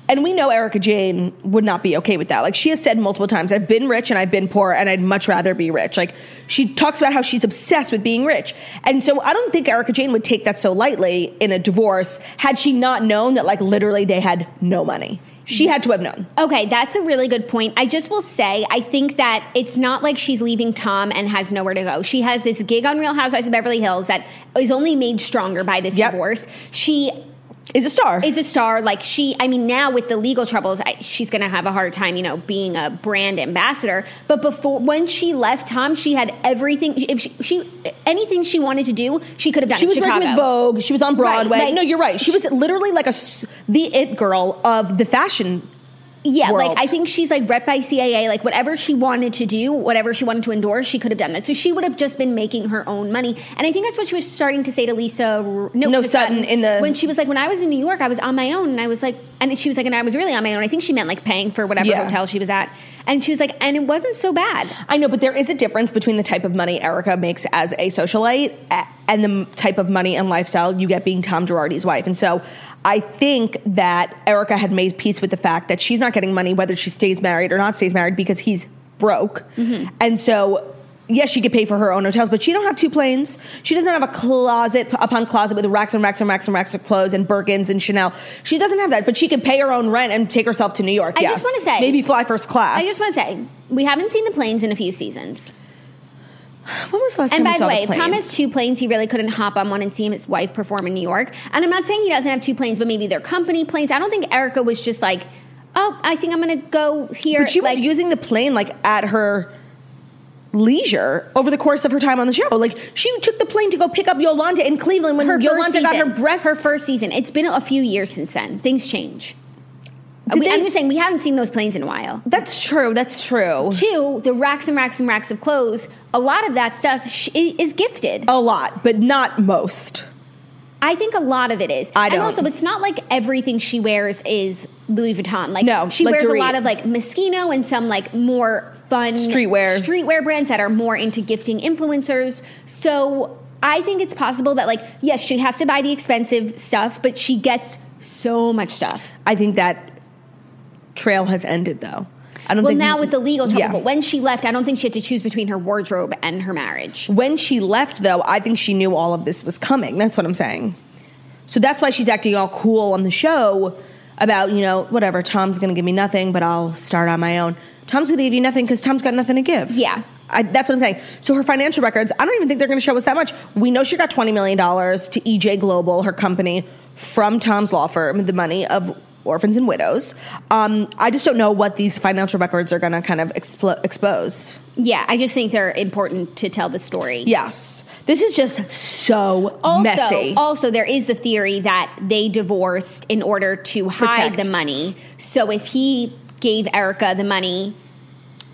S1: And we know Erica Jane would not be okay with that. Like, she has said multiple times, I've been rich and I've been poor and I'd much rather be rich. Like, she talks about how she's obsessed with being rich. And so I don't think Erica Jane would take that so lightly in a divorce had she not known that, like, literally they had no money. She had to have known.
S2: Okay, that's a really good point. I just will say, I think that it's not like she's leaving Tom and has nowhere to go. She has this gig on Real Housewives of Beverly Hills that is only made stronger by this
S1: Yep.
S2: divorce. She
S1: Is a star.
S2: is a star. Like she, I mean, now with the legal troubles, I, she's going to have a hard time, you know, being a brand ambassador. But before, when she left Tom, she had everything. If she, she anything she wanted to do, she could have done.
S1: she
S2: in
S1: was
S2: Chicago.
S1: working with Vogue. She was on
S2: Right,
S1: Broadway.
S2: like-
S1: no, you're right. She was literally like a s- the it girl of the fashion.
S2: Yeah,
S1: world.
S2: like I think she's like rep by CIA, like whatever she wanted to do, whatever she wanted to endorse, she could have done that. So she would have just been making her own money. And I think that's what she was starting to say to Lisa. R- No,
S1: No,
S2: to
S1: Sutton in the-
S2: when she was like, when I was in New York, I was on my own, and I was like, and she was like, and I was really on my own. I think she meant like paying for whatever
S1: Yeah.
S2: hotel she was at, and she was like, and it wasn't so bad.
S1: I know, but there is a difference between the type of money Erica makes as a socialite a- and the m- type of money and lifestyle you get being Tom Girardi's wife. And so I think that Erica had made peace with the fact that she's not getting money whether she stays married or not stays married because he's broke.
S2: Mm-hmm.
S1: And so yes, she could pay for her own hotels, but she don't have two planes. She doesn't have a closet p- upon closet with racks and racks and racks and racks of clothes and Birkins and Chanel. She doesn't have that, but she could pay her own rent and take herself to New York.
S2: I just
S1: yes.
S2: wanna say-
S1: maybe fly first class.
S2: I just want to say we haven't seen the planes in a few seasons.
S1: When was the last
S2: And
S1: time
S2: by
S1: we
S2: the
S1: saw
S2: way,
S1: the
S2: if Tom
S1: planes?
S2: has two planes, he really couldn't hop on one and see his wife perform in New York. And I'm not saying he doesn't have two planes, but maybe they're company planes. I don't think Erica was just like, oh, I think I'm going to go here.
S1: But she was
S2: like,
S1: using the plane like at her leisure over the course of her time on the show. Like she took the plane to go pick up Yolanda in Cleveland when
S2: her first
S1: Yolanda got her
S2: season.
S1: breast.
S2: Her first season. It's been a few years since then. Things change.
S1: Did
S2: We-
S1: they-
S2: I'm just saying we haven't seen those planes in a while.
S1: That's true. That's true.
S2: Two, the racks and racks and racks of clothes. A lot of that stuff sh- i- is gifted.
S1: A lot, but not most.
S2: I think a lot of it is.
S1: I don't.
S2: And also, it's not like everything she wears is Louis Vuitton. Like,
S1: No,
S2: she
S1: like
S2: wears
S1: Dorit.
S2: a lot of like Moschino and some like more fun
S1: Streetwear.
S2: streetwear brands that are more into gifting influencers. So I think it's possible that like yes, she has to buy the expensive stuff, but she gets so much stuff.
S1: I think that trail has ended though. I don't
S2: Well,
S1: think
S2: now with the legal trouble,
S1: Yeah.
S2: but when she left, I don't think she had to choose between her wardrobe and her marriage.
S1: When she left, though, I think she knew all of this was coming. That's what I'm saying. So that's why she's acting all cool on the show about, you know, whatever, Tom's going to give me nothing, but I'll start on my own. Tom's going to give you nothing because Tom's got nothing to give.
S2: Yeah.
S1: I, that's what I'm saying. So her financial records, I don't even think they're going to show us that much. We know she got $20 million to EJ Global, her company, from Tom's law firm, the money of orphans and widows. Um, I just don't know what these financial records are going to kind of explo- expose.
S2: Yeah, I just think they're important to tell the story.
S1: Yes. This is just so
S2: also,
S1: messy.
S2: Also, there is the theory that they divorced in order to hide
S1: Protect.
S2: the money. So if he gave Erica the money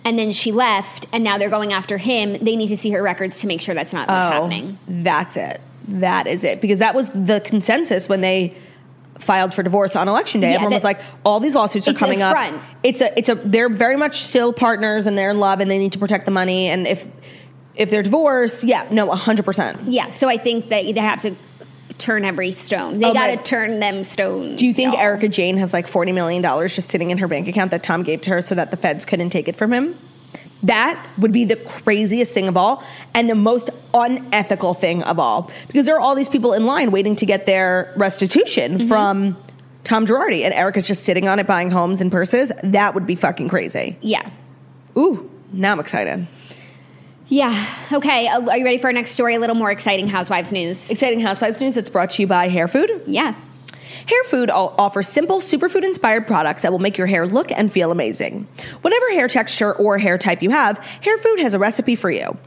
S2: and then she left and now they're going after him, they need to see her records to make sure that's not what's
S1: Oh.
S2: happening.
S1: That's it. That is it. Because that was the consensus when they filed for divorce on election day.
S2: Yeah,
S1: Everyone was
S2: that-
S1: like, all these lawsuits are
S2: It's a
S1: coming
S2: front.
S1: up. It's a it's a they're very much still partners and they're in love and they need to protect the money and if if they're divorced, yeah, no, hundred percent.
S2: Yeah, so I think that they have to turn every stone. They
S1: Oh,
S2: got to
S1: but-
S2: turn them stones.
S1: Do you think
S2: y'all.
S1: Erica Jane has like forty million dollars just sitting in her bank account that Tom gave to her so that the feds couldn't take it from him? That would be the craziest thing of all and the most unethical thing of all. Because there are all these people in line waiting to get their restitution from Tom Girardi and Erica's just sitting on it buying homes and purses. That would be fucking crazy.
S2: Yeah.
S1: Ooh, now I'm excited.
S2: Yeah. Okay. uh, Are you ready for our next story? A little more exciting housewives news.
S1: Exciting Housewives news that's brought to you by Hair Food.
S2: Yeah.
S1: Hair Food all- offers simple, superfood inspired products that will make your hair look and feel amazing. Whatever hair texture or hair type you have, Hair Food has a recipe for you.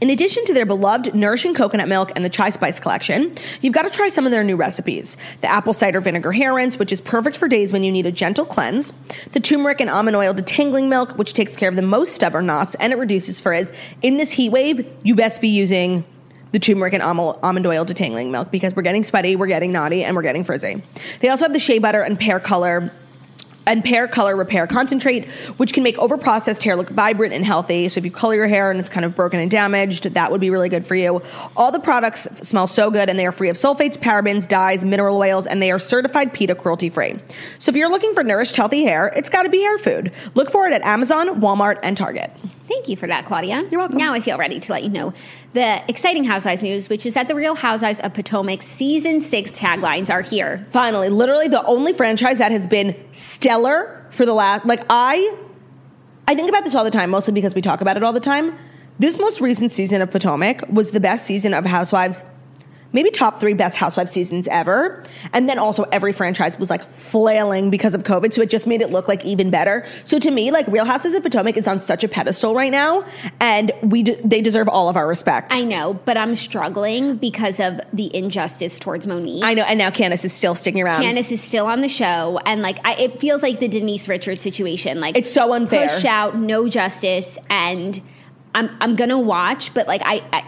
S1: In addition to their beloved nourishing coconut milk and the chai spice collection, you've got to try some of their new recipes. The apple cider vinegar hair rinse, which is perfect for days when you need a gentle cleanse. The turmeric and almond oil detangling milk, which takes care of the most stubborn knots and it reduces frizz. In this heat wave, you best be using the turmeric and almo- almond oil detangling milk because we're getting sweaty, we're getting naughty, and we're getting frizzy. They also have the shea butter and pear color and pear color repair concentrate, which can make overprocessed hair look vibrant and healthy. So if you color your hair and it's kind of broken and damaged, that would be really good for you. All the products f- smell so good and they are free of sulfates, parabens, dyes, mineral oils, and they are certified PETA cruelty free. So if you're looking for nourished, healthy hair, it's got to be hair food. Look for it at Amazon, Walmart, and Target.
S2: Thank you for that, Claudia.
S1: You're welcome.
S2: Now I feel ready to let you know the exciting Housewives news, which is that the Real Housewives of Potomac season six taglines are here.
S1: Finally, literally the only franchise that has been stellar for the last like I I think about this all the time, mostly because we talk about it all the time. This most recent season of Potomac was the best season of Housewives, maybe top three best Housewives seasons ever. And then also every franchise was like flailing because of COVID, so it just made it look like even better. So to me, like Real Houses of Potomac is on such a pedestal right now, and we de- they deserve all of our respect.
S2: I know, but I'm struggling because of the injustice towards Monique.
S1: I know, and now Candace is still sticking around.
S2: Candace is still on the show, and like I, it feels like the Denise Richards situation. Like
S1: It's so unfair.
S2: Push out, no justice, and I'm I'm gonna watch, but like I, I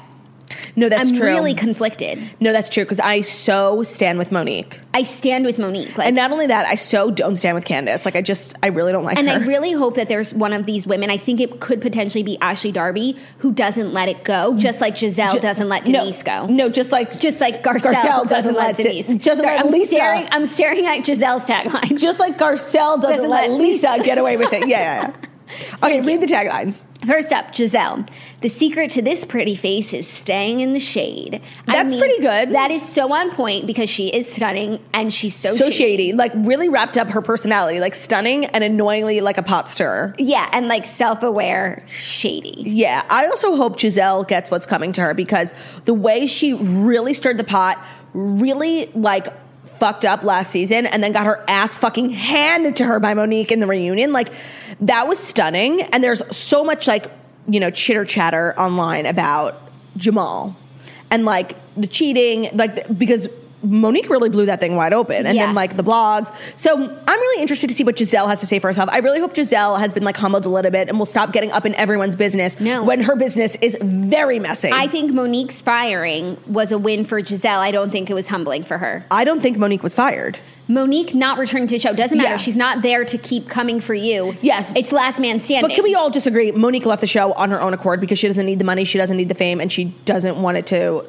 S1: no, that's
S2: I'm
S1: true.
S2: really conflicted.
S1: no, that's true because I so stand with Monique.
S2: I stand with Monique, like,
S1: And
S2: and,
S1: not only that, I so don't stand with Candace. Like I just, I really don't like her.
S2: I really hope that there's one of these women. I think it could potentially be Ashley Darby who doesn't let it go, just like Giselle doesn't let
S1: No,
S2: Denise go.
S1: No, just like
S2: Just like Garcelle,
S1: Garcelle
S2: doesn't, let, Denise.
S1: doesn't
S2: Sorry,
S1: let
S2: I'm
S1: Lisa.
S2: Staring, I'm staring at Giselle's tagline.
S1: just like Garcelle doesn't,
S2: Doesn't
S1: let,
S2: let
S1: Lisa get away with it. Yeah, yeah. yeah. Okay, read the taglines.
S2: First up, Giselle. The secret to this pretty face is staying in the shade. I
S1: That's
S2: mean,
S1: pretty good.
S2: That is so on point because she is stunning and she's so,
S1: So shady, like really wrapped up her personality, like stunning and annoyingly like a pot stirrer.
S2: Yeah, and like self aware, shady.
S1: Yeah, I also hope Giselle gets what's coming to her because the way she really stirred the pot, really like fucked up last season and then got her ass fucking handed to her by Monique in the reunion, like that was stunning. And there's so much like, you know, chitter chatter online about Jamal and like the cheating, like the, because Monique really blew that thing wide open, and
S2: Yeah.
S1: then like the blogs. So I'm really interested to see what Giselle has to say for herself. I really hope Giselle has been like humbled a little bit and will stop getting up in everyone's business
S2: No.
S1: when her business is very messy.
S2: I
S1: I,
S2: think Monique's firing was a win for Giselle. I don't think it was humbling for her.
S1: don't think Monique was fired.
S2: Monique not returning to the show doesn't matter.
S1: Yeah.
S2: She's not there to keep coming for you.
S1: Yes.
S2: It's last man standing.
S1: But can we all disagree? Monique left the show on her own accord because she doesn't need the money, she doesn't need the fame, and she doesn't want it to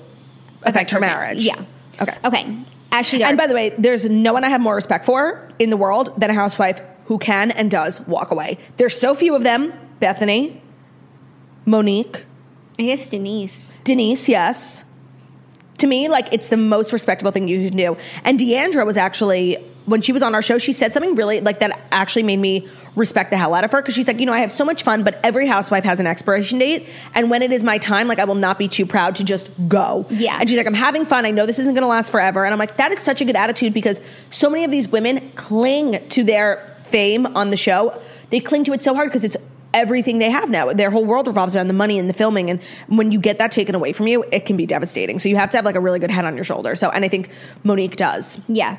S1: affect her Oh, marriage.
S2: Yeah.
S1: Okay.
S2: Okay. Ashley Darby.
S1: And by the way, there's no one I have more respect for in the world than a housewife who can and does walk away. There's so few of them. Bethany, Monique,
S2: I guess Denise.
S1: Denise, yes. To me, like it's the most respectable thing you can do. And Deandra was actually when she was on our show, she said something really like that actually made me respect the hell out of her because she's like, you know, I have so much fun, but every housewife has an expiration date, and when it is my time, like I will not be too proud to just go.
S2: Yeah.
S1: And she's like, I'm having fun. I know this isn't going to last forever, and I'm like, that is such a good attitude because so many of these women cling to their fame on the show. They cling to it so hard because it's everything they have now. Their whole world revolves around the money and the filming. And when you get that taken away from you, it can be devastating. So you have to have like a really good head on your shoulder. So, and I think Monique does.
S2: Yeah.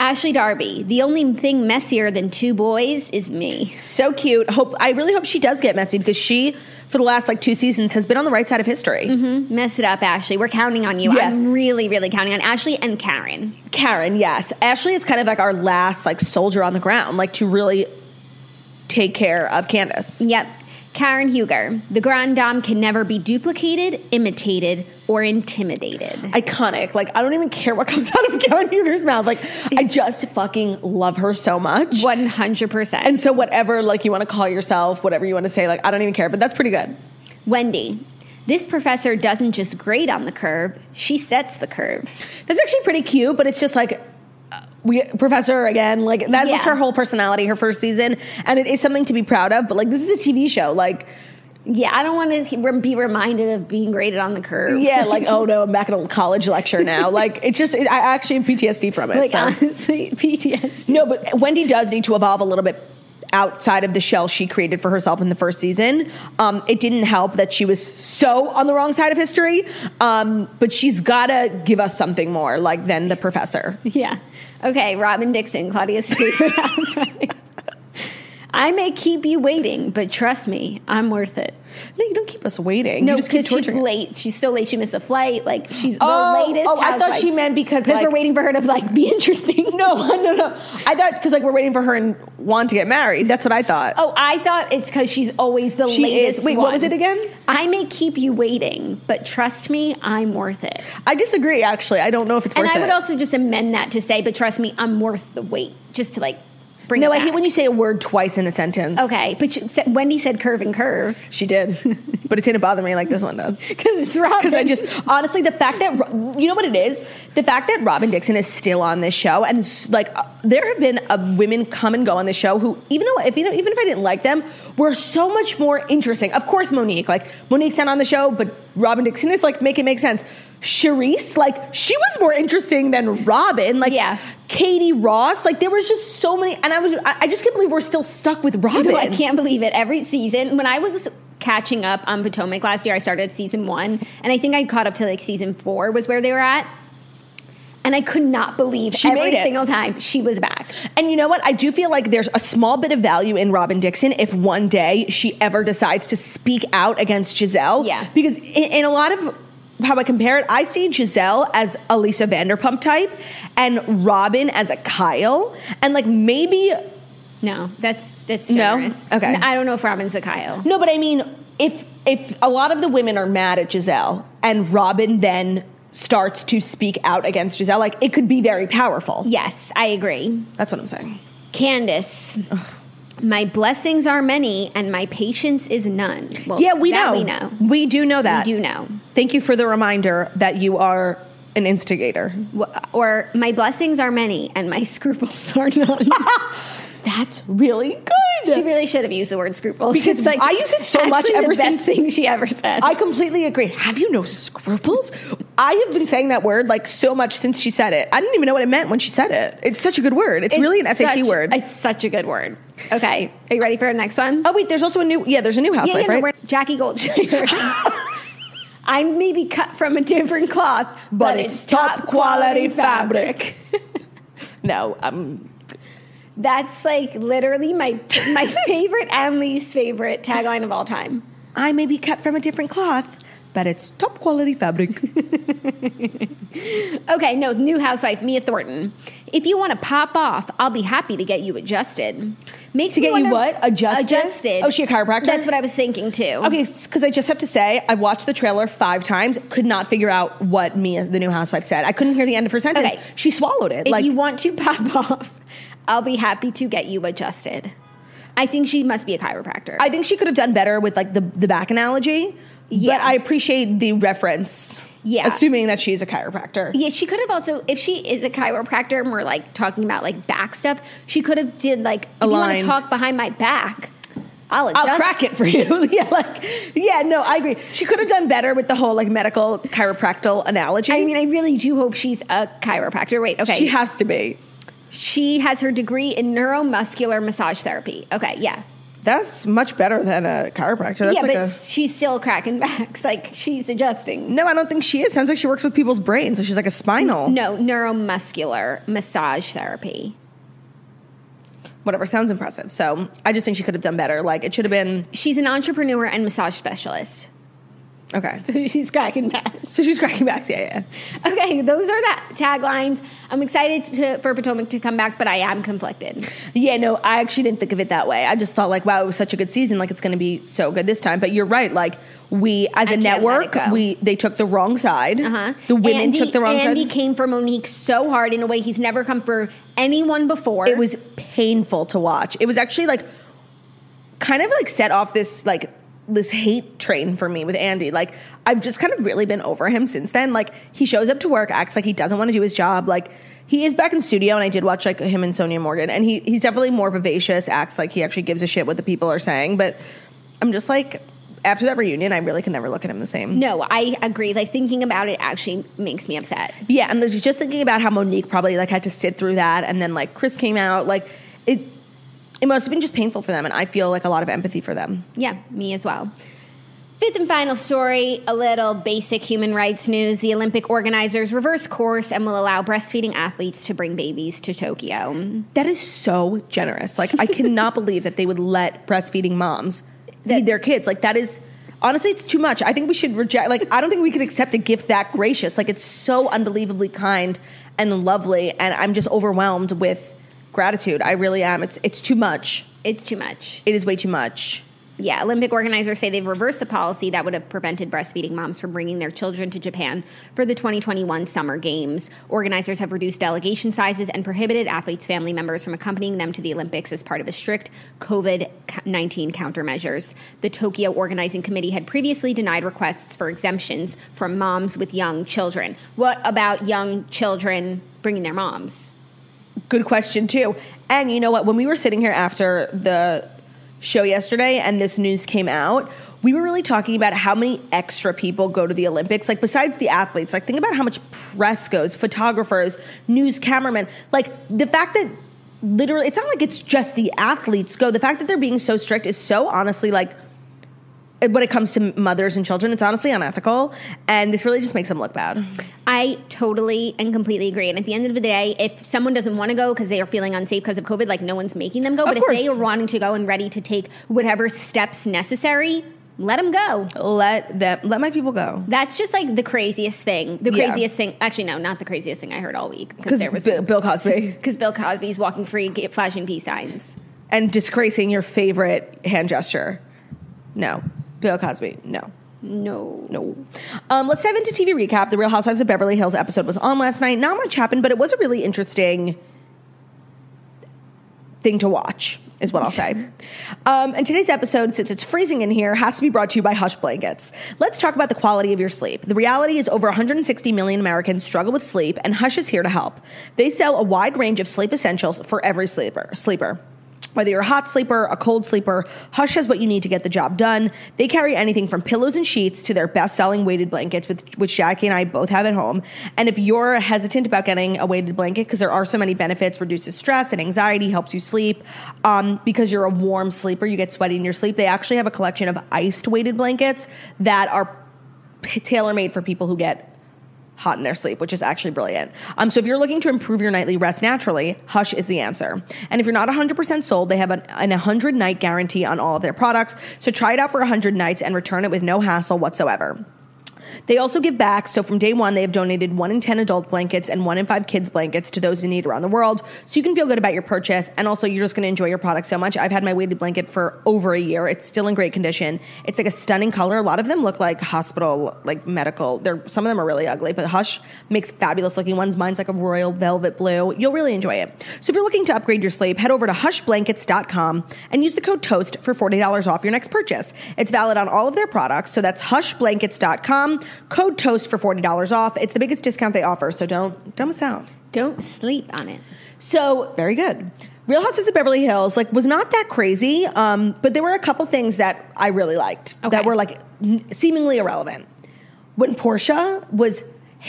S2: Ashley Darby. The only thing messier than two boys is me.
S1: So cute. Hope I really hope she does get messy because she, for the last like two seasons, has been on the right side of history.
S2: Mess it up, Ashley. We're counting on you.
S1: Yeah.
S2: I'm really, really counting on Ashley and Karen.
S1: Karen, yes. Ashley is kind of like our last like soldier on the ground, like to really take care of Candace.
S2: Yep. Karen Huger. The Grand Dame can never be duplicated, imitated, or intimidated.
S1: iconic. Like I don't even care what comes out of Karen Huger's mouth. Like I just fucking love her so much.
S2: 100%.
S1: And so whatever like you want to call yourself, whatever you want to say, like I don't even care. But that's pretty good.
S2: Wendy. This professor doesn't just grade on the curve, she sets the curve.
S1: That's actually pretty cute. But it's just like uh, we professor again. Like that
S2: Yeah.
S1: was her whole personality, her first season, and it is something to be proud of. But like this is a TV show. Like
S2: Yeah, I don't want to be reminded of being graded on the curve.
S1: yeah, like oh no, I'm back in a college lecture now. like it's just it, I actually have PTSD from it.
S2: Like, uh,
S1: so.
S2: honestly, PTSD.
S1: No, but Wendy does need to evolve a little bit outside of the shell she created for herself in the first season. Um, it didn't help that she was so on the wrong side of history, um, but she's got to give us something more, like than the professor.
S2: Yeah. Okay, Robin Dixon, Claudia's favorite housewife. I may keep you waiting, but trust me, I'm worth it.
S1: No, you don't keep us waiting.
S2: No,
S1: you just keep
S2: because she's
S1: torturing. us.
S2: late. She's so late. She missed a flight. Like she's
S1: Oh,
S2: the latest.
S1: oh, I thought she
S2: housewife.
S1: meant because
S2: because
S1: like,
S2: we're waiting for her to like be interesting.
S1: No, no, no. I thought because like we're waiting for her and Juan to get married. That's what I thought.
S2: Oh, I thought it's because she's always the
S1: She
S2: latest.
S1: is. Wait, what
S2: one.
S1: was it again?
S2: I may keep you waiting, but trust me, I'm worth it.
S1: I disagree. Actually, I don't know if it's.
S2: And
S1: worth
S2: I would
S1: it.
S2: also just amend that to say, but trust me, I'm worth the wait. Just to like Bring
S1: no,
S2: it
S1: I hate
S2: back.
S1: when you say a word twice in a sentence.
S2: Okay, but you, said- Wendy said curve and curve
S1: She did. but it didn't bother me like this one does.
S2: because it's Robin.
S1: Because I just, honestly, the fact that, Ro- you know what it is? The fact that Robin Dixon is still on this show, and s- like, uh, there have been uh, women come and go on the show who, even though, if you know, even if I didn't like them, were so much more interesting. Of course, Monique, like, Monique's not on the show, but Robin Dixon is like, make it make sense. Charisse, like, she was more interesting than Robin. Like,
S2: Yeah.
S1: Katie Ross, like, there was just so many, and I was, I, I just can't believe we're still stuck with Robin.
S2: No, I can't believe it. Every season, when I was catching up on Potomac last year, I started season one, and I think I caught up to like season four was where they were at. And I could not believe
S1: She
S2: every
S1: made it.
S2: single time she was back.
S1: And you know what? I do feel like there's a small bit of value in Robin Dixon if one day she ever decides to speak out against Giselle.
S2: Yeah.
S1: Because in, in a lot of how I compare it, I see Giselle as a Lisa Vanderpump type and Robin as a Kyle. And like maybe,
S2: No, that's that's
S1: No?
S2: generous.
S1: Okay.
S2: N- I don't know if Robin's a Kyle.
S1: no, but I mean, if if a lot of the women are mad at Giselle and Robin then starts to speak out against Giselle, like it could be very powerful.
S2: Yes, I agree.
S1: That's what I'm saying.
S2: Candace. My blessings are many and my patience is none. Well,
S1: Yeah, we
S2: that
S1: know.
S2: We know.
S1: We do know
S2: We
S1: that.
S2: do know.
S1: Thank you for the reminder that you are an instigator.
S2: Wh- Or my blessings are many and my scruples are none.
S1: That's really good.
S2: She really should have used the word scruples
S1: Because
S2: It's like
S1: I use it so much
S2: actually
S1: ever
S2: the best
S1: since-
S2: thing she ever said.
S1: I completely agree. Have you no scruples? I have been saying that word like so much since she said it. I didn't even know what it meant when she said it. It's such a good word. It's, really an SAT
S2: such-
S1: word.
S2: It's such a good word. Okay, are you ready for our next one?
S1: oh wait, there's also a new yeah, there's a new
S2: yeah,
S1: housewife,
S2: yeah, no,
S1: right?
S2: we're- Jackie Goldschlager. I may be cut from a different cloth, but, it's top quality fabric.
S1: no, um
S2: That's like literally my my favorite and least favorite tagline of all time.
S1: I may be cut from a different cloth, but it's top quality fabric.
S2: Okay, no, new housewife Mia Thornton. If you want to pop off, I'll be happy to get you adjusted. Makes
S1: To
S2: me
S1: get you
S2: wonder-
S1: what? Adjusted?
S2: Adjusted.
S1: Oh, she a chiropractor?
S2: That's what I was thinking too.
S1: Okay, because I just have to say, I watched the trailer five times, could not figure out what Mia, the new housewife, said. I couldn't hear the end of her sentence.
S2: Okay.
S1: She swallowed it.
S2: If
S1: like,
S2: you want to pop off, I'll be happy to get you adjusted. I think she must be a chiropractor.
S1: I think she could have done better with like the the back analogy.
S2: Yeah.
S1: But I appreciate the reference.
S2: Yeah.
S1: Assuming that she's a chiropractor.
S2: yeah, she could have also, if she is a chiropractor and we're like talking about like back stuff, she could have did like, if
S1: Aligned.
S2: you want to talk behind my back, I'll adjust.
S1: I'll crack it for you. yeah, like, yeah, no, I agree. She could have done better with the whole like medical chiropractic analogy.
S2: I mean, I really do hope she's a chiropractor. Wait, okay.
S1: she has to be.
S2: She has her degree in neuromuscular massage therapy. Okay, yeah.
S1: That's much better than a chiropractor. That's
S2: yeah,
S1: like
S2: but
S1: a
S2: she's still cracking backs. Like, she's adjusting.
S1: no, I don't think she is. Sounds like she works with people's brains. So she's like a spinal.
S2: No, neuromuscular massage therapy.
S1: whatever sounds impressive. So I just think she could have done better. Like it should have been
S2: She's an entrepreneur and massage specialist.
S1: okay.
S2: She's cracking back.
S1: So she's cracking back. Yeah, yeah.
S2: Okay, those are the taglines. I'm excited to, for Potomac to come back, but I am conflicted.
S1: Yeah, no, I actually didn't think of it that way. I just thought like, wow, it was such a good season. Like it's going to be so good this time. But you're right. Like we as a
S2: I can't let it
S1: network,
S2: go.
S1: we they took the wrong side.
S2: Uh-huh.
S1: The women
S2: Andy-
S1: took the wrong
S2: Andy
S1: side.
S2: came for Monique so hard in a way he's never come for anyone before.
S1: it was painful to watch. It was actually like kind of like set off this like this hate train for me with Andy. Like I've just kind of really been over him since then. Like he shows up to work, acts like he doesn't want to do his job. Like he is back in studio, and I did watch like him and Sonia Morgan, and he he's definitely more vivacious. Acts like he actually gives a shit what the people are saying. But I'm just like after that reunion, I really can never look at him the same.
S2: no, I agree. Like thinking about it actually makes me upset.
S1: Yeah, and there's just thinking about how Monique probably like had to sit through that, and then like Chris came out, like it. It must have been just painful for them, and I feel like a lot of empathy for them.
S2: Yeah, me as well. Fifth and final story a little basic human rights news. The Olympic organizers reverse course and will allow breastfeeding athletes to bring babies to Tokyo.
S1: That is so generous. Like I cannot believe that they would let breastfeeding moms feed their kids. Like that is honestly, it's too much. I think we should reject. Like I don't think we could accept a gift that gracious. Like it's so unbelievably kind and lovely, and I'm just overwhelmed with gratitude. I really am. It's it's too much.
S2: It's too much.
S1: It is way too much.
S2: yeah, Olympic organizers say they've reversed the policy that would have prevented breastfeeding moms from bringing their children to Japan for the 2021 Summer Games. Organizers have reduced delegation sizes and prohibited athletes' family members from accompanying them to the Olympics as part of a strict COVID 19 countermeasures. The Tokyo Organizing Committee had previously denied requests for exemptions from moms with young children. What about young children bringing their moms?
S1: Good question too. And you know what? When we were sitting here after the show yesterday and this news came out, we were really talking about how many extra people go to the Olympics. Like besides the athletes, like think about how much press goes, photographers, news cameramen. Like the fact that literally it's not like it's just the athletes go. The fact that they're being so strict is so honestly like when it comes to mothers and children, it's honestly unethical, and this really just makes them look bad.
S2: I totally and completely agree. And at the end of the day, if someone doesn't want to go because they are feeling unsafe because of COVID, like no one's making them go. but
S1: course.
S2: if they are wanting to go and ready to take whatever steps necessary, let them go.
S1: Let them, let my people go.
S2: That's just like the craziest thing. The
S1: Yeah.
S2: craziest thing. Actually, no, not the craziest thing I heard all week because
S1: Because
S2: there was
S1: Bill, Bill Cosby
S2: because Bill Cosby's walking free, g- flashing peace signs.
S1: and disgracing your favorite hand gesture. No, Bill Cosby. No.
S2: No,
S1: No. Um, let's dive into TV recap. The Real Housewives of Beverly Hills episode was on last night. Not much happened, but it was a really interesting thing to watch, is what I'll say. Um, and today's episode, since it's freezing in here, has to be brought to you by Hush Blankets. Let's talk about the quality of your sleep. The reality is over 160 million Americans struggle with sleep, and Hush is here to help. They sell a wide range of sleep essentials for every sleeper. sleeper. Whether you're a hot sleeper, a cold sleeper, Hush has what you need to get the job done. They carry anything from pillows and sheets to their best selling weighted blankets, with, which Jackie and I both have at home. And if you're hesitant about getting a weighted blanket, because there are so many benefits, reduces stress and anxiety, helps you sleep, um, because you're a warm sleeper, you get sweaty in your sleep. They actually have a collection of iced weighted blankets that are tailor made for people who get hot in their sleep, which is actually brilliant. Um, so if you're looking to improve your nightly rest naturally, Hush is the answer. And if you're not 100% sold, they have an, an 100 night guarantee on all of their products. So try it out for 100 nights and return it with no hassle whatsoever. They also give back. So from day one, they have donated one in 10 adult blankets and one in five kids blankets to those in need around the world. So you can feel good about your purchase. And also you're just going to enjoy your product so much. I've had my weighted blanket for over a year. It's still in great condition. It's like a stunning color. A lot of them look like hospital, like medical. They're, some of them are really ugly, but Hush makes fabulous looking ones. Mine's like a royal velvet blue. You'll really enjoy it. So if you're looking to upgrade your sleep, head over to hushblankets.com and use the code TOAST for $40 off your next purchase. It's valid on all of their products. So that's hushblankets.com, code TOAST for $40 off. It's the biggest discount they offer. So don't, don't miss out.
S2: don't sleep on it.
S1: So very good. Real Housewives of Beverly Hills like was not that crazy, um, but there were a couple things that I really liked that
S2: Okay.
S1: were like n- seemingly irrelevant. When Portia was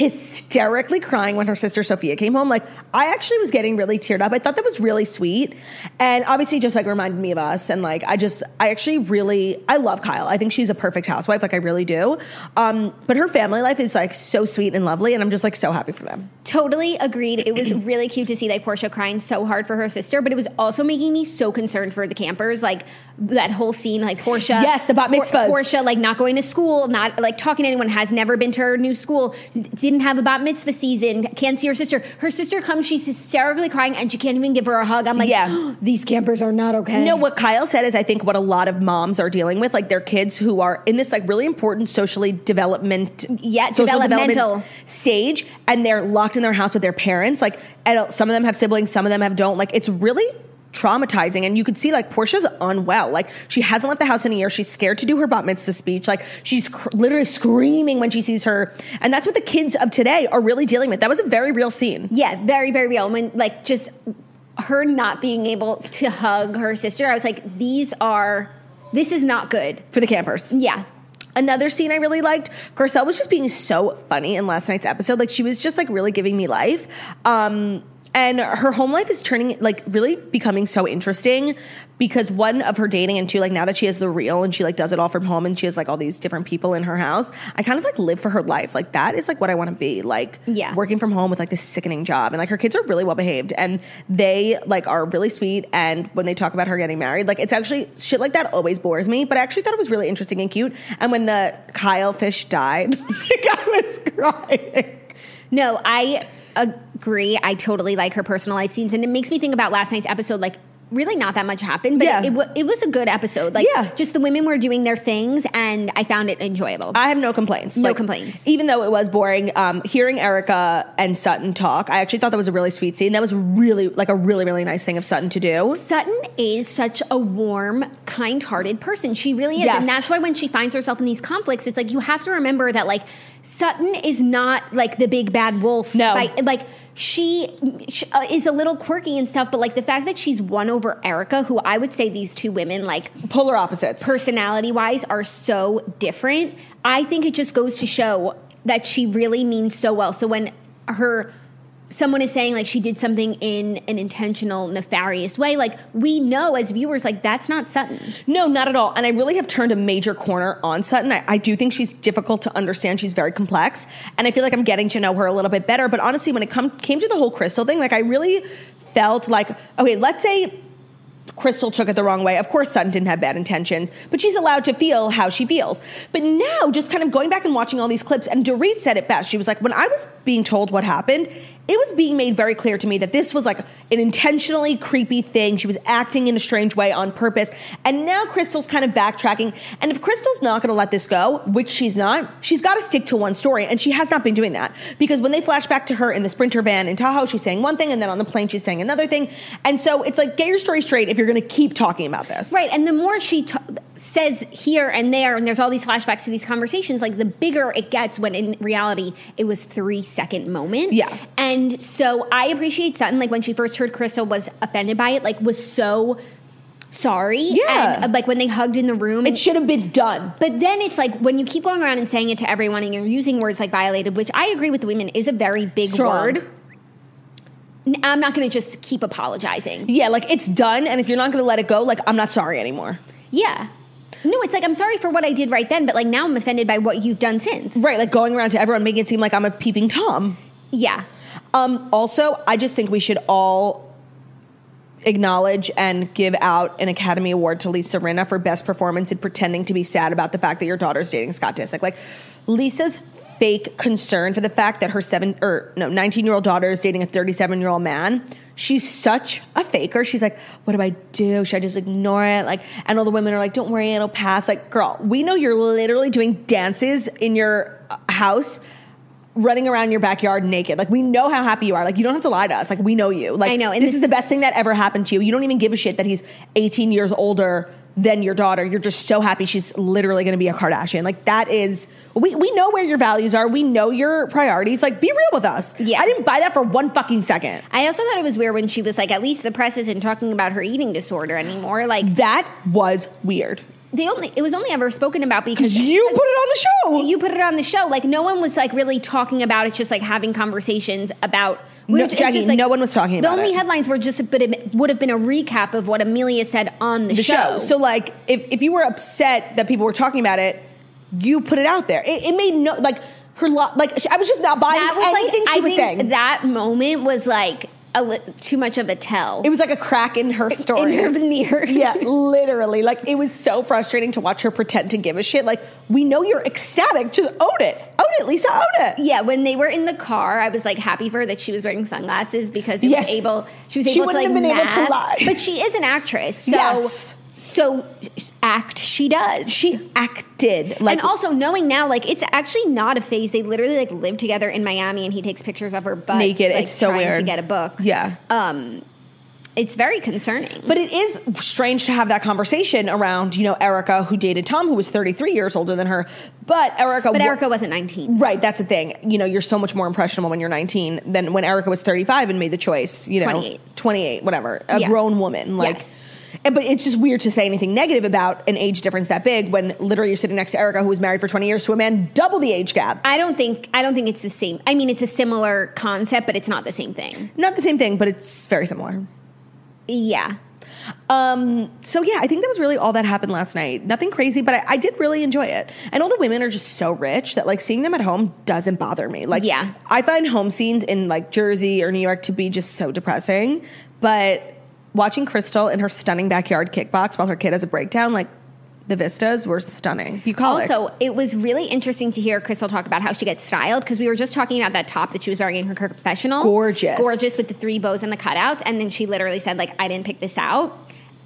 S1: hysterically crying when her sister Sophia came home, like I actually was getting really teared up. I thought that was really sweet, and obviously just like reminded me of us. And like I just I actually really I love Kyle. I think she's a perfect housewife, like I really do. Um, but her family life is like so sweet and lovely, and I'm just like so happy for them.
S2: Totally agreed. It was really cute to see like Portia crying so hard for her sister, but it was also making me so concerned for the campers. Like that whole scene, like Portia.
S1: Yes, the bat
S2: Por-
S1: mitzvahs.
S2: Portia, like not going to school, not like talking to anyone, has never been to her new school, didn't have a bat mitzvah season, can't see her sister. Her sister comes, she's hysterically crying, and she can't even give her a hug. I'm like,
S1: Yeah.
S2: these campers are not okay.
S1: No, what Kyle said is I think what a lot of moms are dealing with, like their kids who are in this like really important socially development,
S2: Yeah, developmental.
S1: stage, and they're locked in their house with their parents. Like, and some of them have siblings, some of them have don't. Like, it's really traumatizing, and you could see like Portia's unwell. Like, she hasn't left the house in a year. She's scared to do her bat mitzvah speech. Like, she's cr- literally screaming when she sees her, and that's what the kids of today are really dealing with. That was a very real scene.
S2: Yeah, very, very real. When like just her not being able to hug her sister, I was like, these are this is not good.
S1: For the campers.
S2: Yeah.
S1: Another scene I really liked, Garcelle was just being so funny in last night's episode. Like she was just like really giving me life. Um and her home life is turning like really becoming so interesting because one of her dating and two like now that she has the real and she like does it all from home and she has like all these different people in her house i kind of like live for her life like that is like what i want to be like
S2: Yeah.
S1: working from home with like this sickening job and like her kids are really well behaved and they like are really sweet and when they talk about her getting married like it's actually shit like that always bores me but i actually thought it was really interesting and cute and when the kyle fish died like i was crying
S2: No, I agree. I totally like her personal life scenes, and it makes me think about last night's episode. Like really not that much happened, but
S1: Yeah.
S2: it, it, wa- it was a good episode. Like,
S1: Yeah.
S2: just the women were doing their things, and I found it enjoyable.
S1: I have no complaints.
S2: No complaints.
S1: Even though it was boring, um, hearing Erica and Sutton talk, I actually thought that was a really sweet scene. That was really like a really really nice thing of Sutton to do.
S2: Sutton is such a warm, kind hearted person. She really is.
S1: Yes.
S2: And that's why when she finds herself in these conflicts, it's like you have to remember that, like, Sutton is not like the big bad wolf.
S1: No.
S2: By, like, she, she uh, is a little quirky and stuff, but like the fact that she's won over Erica, who I would say these two women, like,
S1: Polar opposites.
S2: personality wise, are so different, I think it just goes to show that she really means so well. So when her someone is saying like she did something in an intentional nefarious way like we know as viewers like that's not sutton
S1: No, not at all. And I really have turned a major corner on Sutton. I, I do think she's difficult to understand. She's very complex. And I feel like I'm getting to know her a little bit better. But honestly, when it come, came to the whole Crystal thing, like I really felt like, okay, let's say Crystal took it the wrong way. Of course, Sutton didn't have bad intentions, but she's allowed to feel how she feels. But now, just kind of going back and watching all these clips, and Dorit said it best. She was like, when I was being told what happened, it was being made very clear to me that this was like an intentionally creepy thing. She was acting in a strange way on purpose. And now Crystal's kind of backtracking. And if Crystal's not going to let this go, which she's not, she's got to stick to one story. And she has not been doing that. Because when they flash back to her in the Sprinter van in Tahoe, she's saying one thing. And then on the plane, she's saying another thing. And so it's like, get your story straight if you're going to keep talking about this.
S2: Right, and the more she t- says here and there, and there's all these flashbacks to these conversations, like the bigger it gets. When in reality, it was three second moment.
S1: Yeah.
S2: and so I appreciate Sutton. Like when she first heard Crystal was offended by it, like was so sorry.
S1: Yeah.
S2: and, uh, like when they hugged in the room.
S1: It should have been done.
S2: but then it's like when you keep going around and saying it to everyone, and you're using words like violated, which I agree with the women is a very big
S1: Strong.
S2: word. N- I'm not going to just keep apologizing.
S1: Yeah, like it's done. And if you're not going to let it go, like I'm not sorry anymore.
S2: Yeah. No, it's like I'm sorry for what I did right then, but like now I'm offended by what you've done since.
S1: Right, like going around to everyone, making it seem like I'm a peeping Tom.
S2: Yeah.
S1: Um, also, I just think we should all acknowledge and give out an Academy Award to Lisa Rinna for best performance in pretending to be sad about the fact that your daughter's dating Scott Disick. Like Lisa's fake concern for the fact that her seven or no 19 year old daughter is dating a 37 year old man. She's such a faker. She's like, what do I do? Should I just ignore it? Like, and all the women are like, don't worry, it'll pass. Like, girl, we know you're literally doing dances in your uh, house running around your backyard naked. Like we know how happy you are. Like you don't have to lie to us. Like we know you. Like
S2: I know, and
S1: this,
S2: this-
S1: is the best thing that ever happened to you. You don't even give a shit that he's 18 years older than your daughter. You're just so happy she's literally going to be a Kardashian. Like that is we we know where your values are. We know your priorities. Like be real with us.
S2: Yeah.
S1: I didn't buy that for one fucking second.
S2: I also thought it was weird when she was like, at least the press isn't talking about her eating disorder anymore. Like
S1: That was weird.
S2: they only it was only ever spoken about because
S1: You put it on the show.
S2: you put it on the show. Like no one was like really talking about it, just like having conversations about
S1: No,
S2: it's
S1: Jackie, no one was talking about
S2: The only
S1: it.
S2: headlines were just but it would have been a recap of what Amelia said on the,
S1: the show. So like if if you were upset that people were talking about it, you put it out there. It, it made no like her lo- like sh- I was just not buying
S2: that was
S1: anything
S2: like
S1: she
S2: I
S1: was
S2: think
S1: saying.
S2: that moment was like a li- too much of a tell.
S1: it was like a crack in her
S2: in
S1: story.
S2: her veneer.
S1: yeah, literally. Like it was so frustrating to watch her pretend to give a shit. Like we know you're ecstatic. Just own it. Own it, Lisa. Own it.
S2: Yeah, when they were in the car, I was like happy for her that she was wearing sunglasses because it
S1: Yes.
S2: was able she was
S1: She
S2: able to
S1: wouldn't
S2: like
S1: have been able to
S2: mask.
S1: lie.
S2: But she is an actress, so
S1: Yes.
S2: so act she does.
S1: She acted like
S2: and also knowing now, like it's actually not a phase. They literally like live together in Miami, and he takes pictures of her butt
S1: naked.
S2: like,
S1: it's so
S2: trying
S1: weird
S2: to get a book.
S1: Yeah.
S2: um, it's very concerning.
S1: But it is strange to have that conversation around, you know, Erica, who dated Tom, who was 33 years older than her. But Erica,
S2: but
S1: wa-
S2: Erica wasn't nineteen.
S1: Right, that's the thing. You know, you're so much more impressionable when you're 19 than when Erica was 35 and made the choice. You know,
S2: 28.
S1: 28, whatever, a
S2: Yeah.
S1: grown woman. Like,
S2: Yes.
S1: and, but it's just weird to say anything negative about an age difference that big when literally you're sitting next to Erica, who was married for 20 years to a man double the age gap.
S2: I don't think I don't think it's the same. I mean, it's a similar concept, but it's not the same thing.
S1: Not the same thing, but it's very similar.
S2: Yeah,
S1: Um, so yeah, I think that was really all that happened last night. Nothing crazy, but I, I did really enjoy it. And all the women are just so rich that like seeing them at home doesn't bother me. Like
S2: Yeah.
S1: I find home scenes in like Jersey or New York to be just so depressing. But watching Crystal in her stunning backyard kickbox while her kid has a breakdown, like The vistas were stunning. Bucolic.
S2: Also, it was really interesting to hear Crystal talk about how she gets styled because we were just talking about that top that she was wearing in her confessional.
S1: Gorgeous.
S2: Gorgeous with the three bows and the cutouts. And then she literally said, like, I didn't pick this out.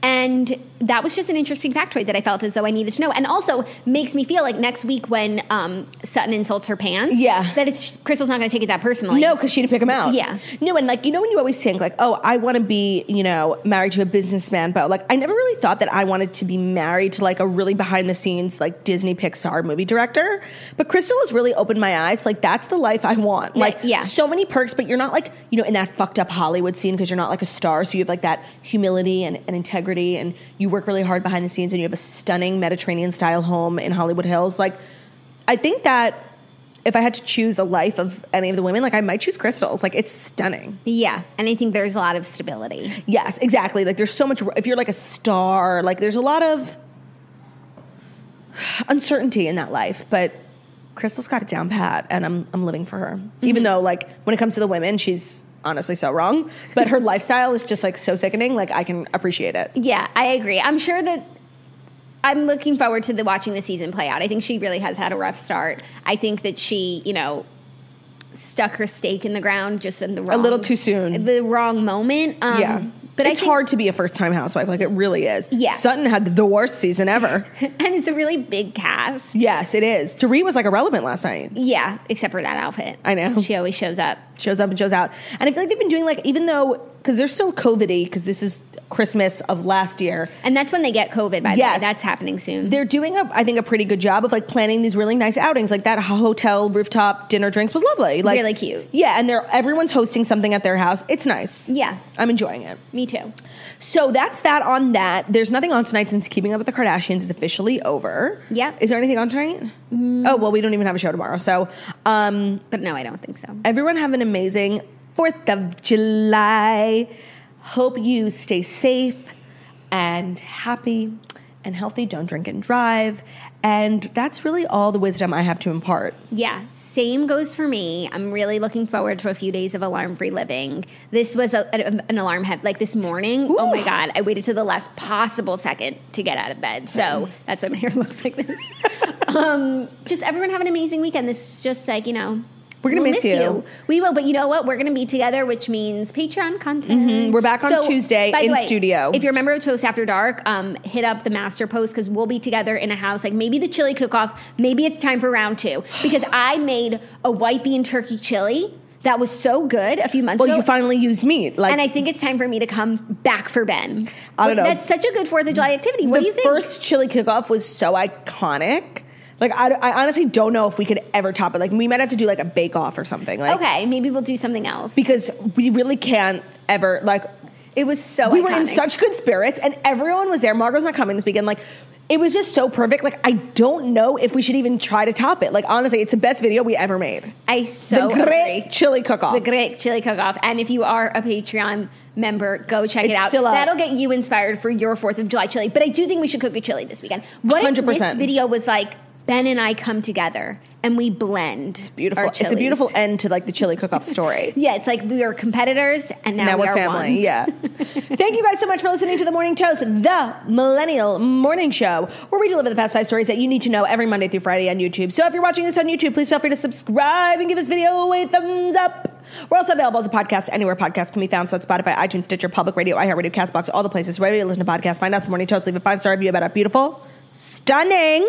S2: And that was just an interesting factoid that I felt as though I needed to know. And also makes me feel like next week when um, Sutton insults her pants,
S1: Yeah.
S2: that it's Crystal's not going to take it that personally.
S1: No, because she didn't pick him out.
S2: Yeah.
S1: No, and like you know when you always think like, oh, I want to be you know married to a businessman, but like I never really thought that I wanted to be married to like a really behind the scenes like Disney Pixar movie director. But Crystal has really opened my eyes. Like that's the life I want. Like
S2: yeah.
S1: so many perks, but you're not like you know in that fucked up Hollywood scene because you're not like a star. So you have like that humility and, and integrity, and you work really hard behind the scenes, and you have a stunning Mediterranean style home in Hollywood Hills. Like I think that if I had to choose a life of any of the women, like I might choose crystals. Like it's stunning.
S2: Yeah. And I think there's a lot of stability.
S1: Yes, exactly. Like there's so much. If you're like a star, like there's a lot of uncertainty in that life, but Crystal's got it down pat, and I'm I'm living for her.
S2: Mm-hmm.
S1: Even though like when it comes to the women, she's honestly so wrong, but her lifestyle is just like so sickening. Like I can appreciate it.
S2: Yeah, I agree. I'm sure that I'm looking forward to the watching the season play out. I think she really has had a rough start. I think that she, you know, stuck her stake in the ground just in the wrong
S1: little too soon.
S2: the wrong moment. Um,
S1: yeah.
S2: but I
S1: it's
S2: think,
S1: hard to be a first time housewife. Like it really is.
S2: Yeah.
S1: Sutton had the worst season ever.
S2: and it's a really big cast.
S1: yes, it is. Dorit was like irrelevant last night.
S2: Yeah, except for that outfit.
S1: I know.
S2: she always shows up.
S1: shows up and shows out. And I feel like they've been doing like even though because they're still COVIDy because this is Christmas of last year.
S2: And that's when they get COVID, by the
S1: Yes.
S2: way. That's happening soon.
S1: They're doing a I think a pretty good job of like planning these really nice outings. Like that hotel rooftop dinner drinks was lovely. Like
S2: Really cute.
S1: Yeah, and they're everyone's hosting something at their house. It's nice.
S2: Yeah.
S1: I'm enjoying it.
S2: Me too.
S1: So that's that on that. There's nothing on tonight since Keeping Up with the Kardashians is officially over.
S2: Yeah.
S1: Is there anything on tonight?
S2: Mm.
S1: Oh well, we don't even have a show tomorrow. So um
S2: But no, I don't think so.
S1: Everyone have an amazing 4th of July. Hope you stay safe and happy and healthy. Don't drink and drive. And that's really all the wisdom I have to impart.
S2: Yeah, same goes for me. I'm really looking forward to a few days of alarm free living. This was a, a- an alarm head like this morning. Oh my
S1: Ooh.
S2: god, I waited to the last possible second to get out of bed. So that's why my hair looks like this. um, just everyone have an amazing weekend. This is just like you know.
S1: We're gonna
S2: we'll
S1: miss you.
S2: We will, but you know what? We're gonna be together, which means Patreon content.
S1: Mm-hmm. We're back on Tuesday
S2: by the
S1: in
S2: way,
S1: studio.
S2: If you're a member of Toast After Dark, um, hit up the master post because we'll be together in a house. Like maybe the chili cook off, maybe it's time for round two because I made a white bean turkey chili that was so good a few months
S1: Well,
S2: ago.
S1: you finally used meat. Like
S2: and I think it's time for me to come back for Ben.
S1: I don't know.
S2: That's such a good Fourth of July activity. What
S1: the
S2: do you think?
S1: first chili kickoff was so iconic. Like I, I honestly don't know if we could ever top it. Like we might have to do like a bake off or something. Like
S2: okay, maybe we'll do something else.
S1: because we really can't ever like
S2: it was so
S1: we were in
S2: iconic.
S1: such good spirits and everyone was there margot's not coming this weekend like it was just so perfect like i don't know if we should even try to top it like honestly it's the best video we ever made
S2: I so
S1: the great
S2: agree.
S1: chili cook off
S2: the Great Chili Cook Off. And if you are a Patreon member, go check it
S1: It's
S2: out.
S1: still up.
S2: That'll get you inspired for your 4th of July chili. But I do think we should cook a chili this weekend. What if this
S1: 100%.
S2: video was like, Ben and I come together and we blend. It's
S1: beautiful it's a beautiful end to like the chili cook off story
S2: Yeah, it's like we are competitors and now,
S1: Now
S2: we
S1: we're
S2: are
S1: family.
S2: one.
S1: Yeah. Thank you guys so much for listening to the Morning Toast, the Millennial Morning Show, where we deliver the fast five stories that you need to know every Monday through Friday on YouTube. So if you're watching this on YouTube, please feel free to subscribe and give this video a thumbs up. We're also available as a podcast anywhere podcasts can be found. So it's Spotify, iTunes, Stitcher, Public Radio, iHeartRadio, Castbox, all the places wherever you listen to podcasts. Find us the Morning Toast. Leave a five star review about how beautiful, stunning,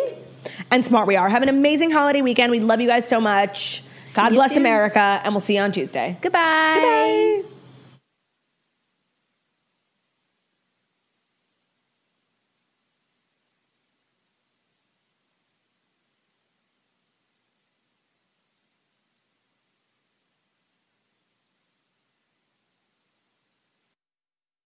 S1: and smart we are. Have an amazing holiday weekend. We love you guys so much. God
S2: you
S1: bless
S2: soon.
S1: America, and we'll see you on Tuesday.
S2: Goodbye.
S1: Bye.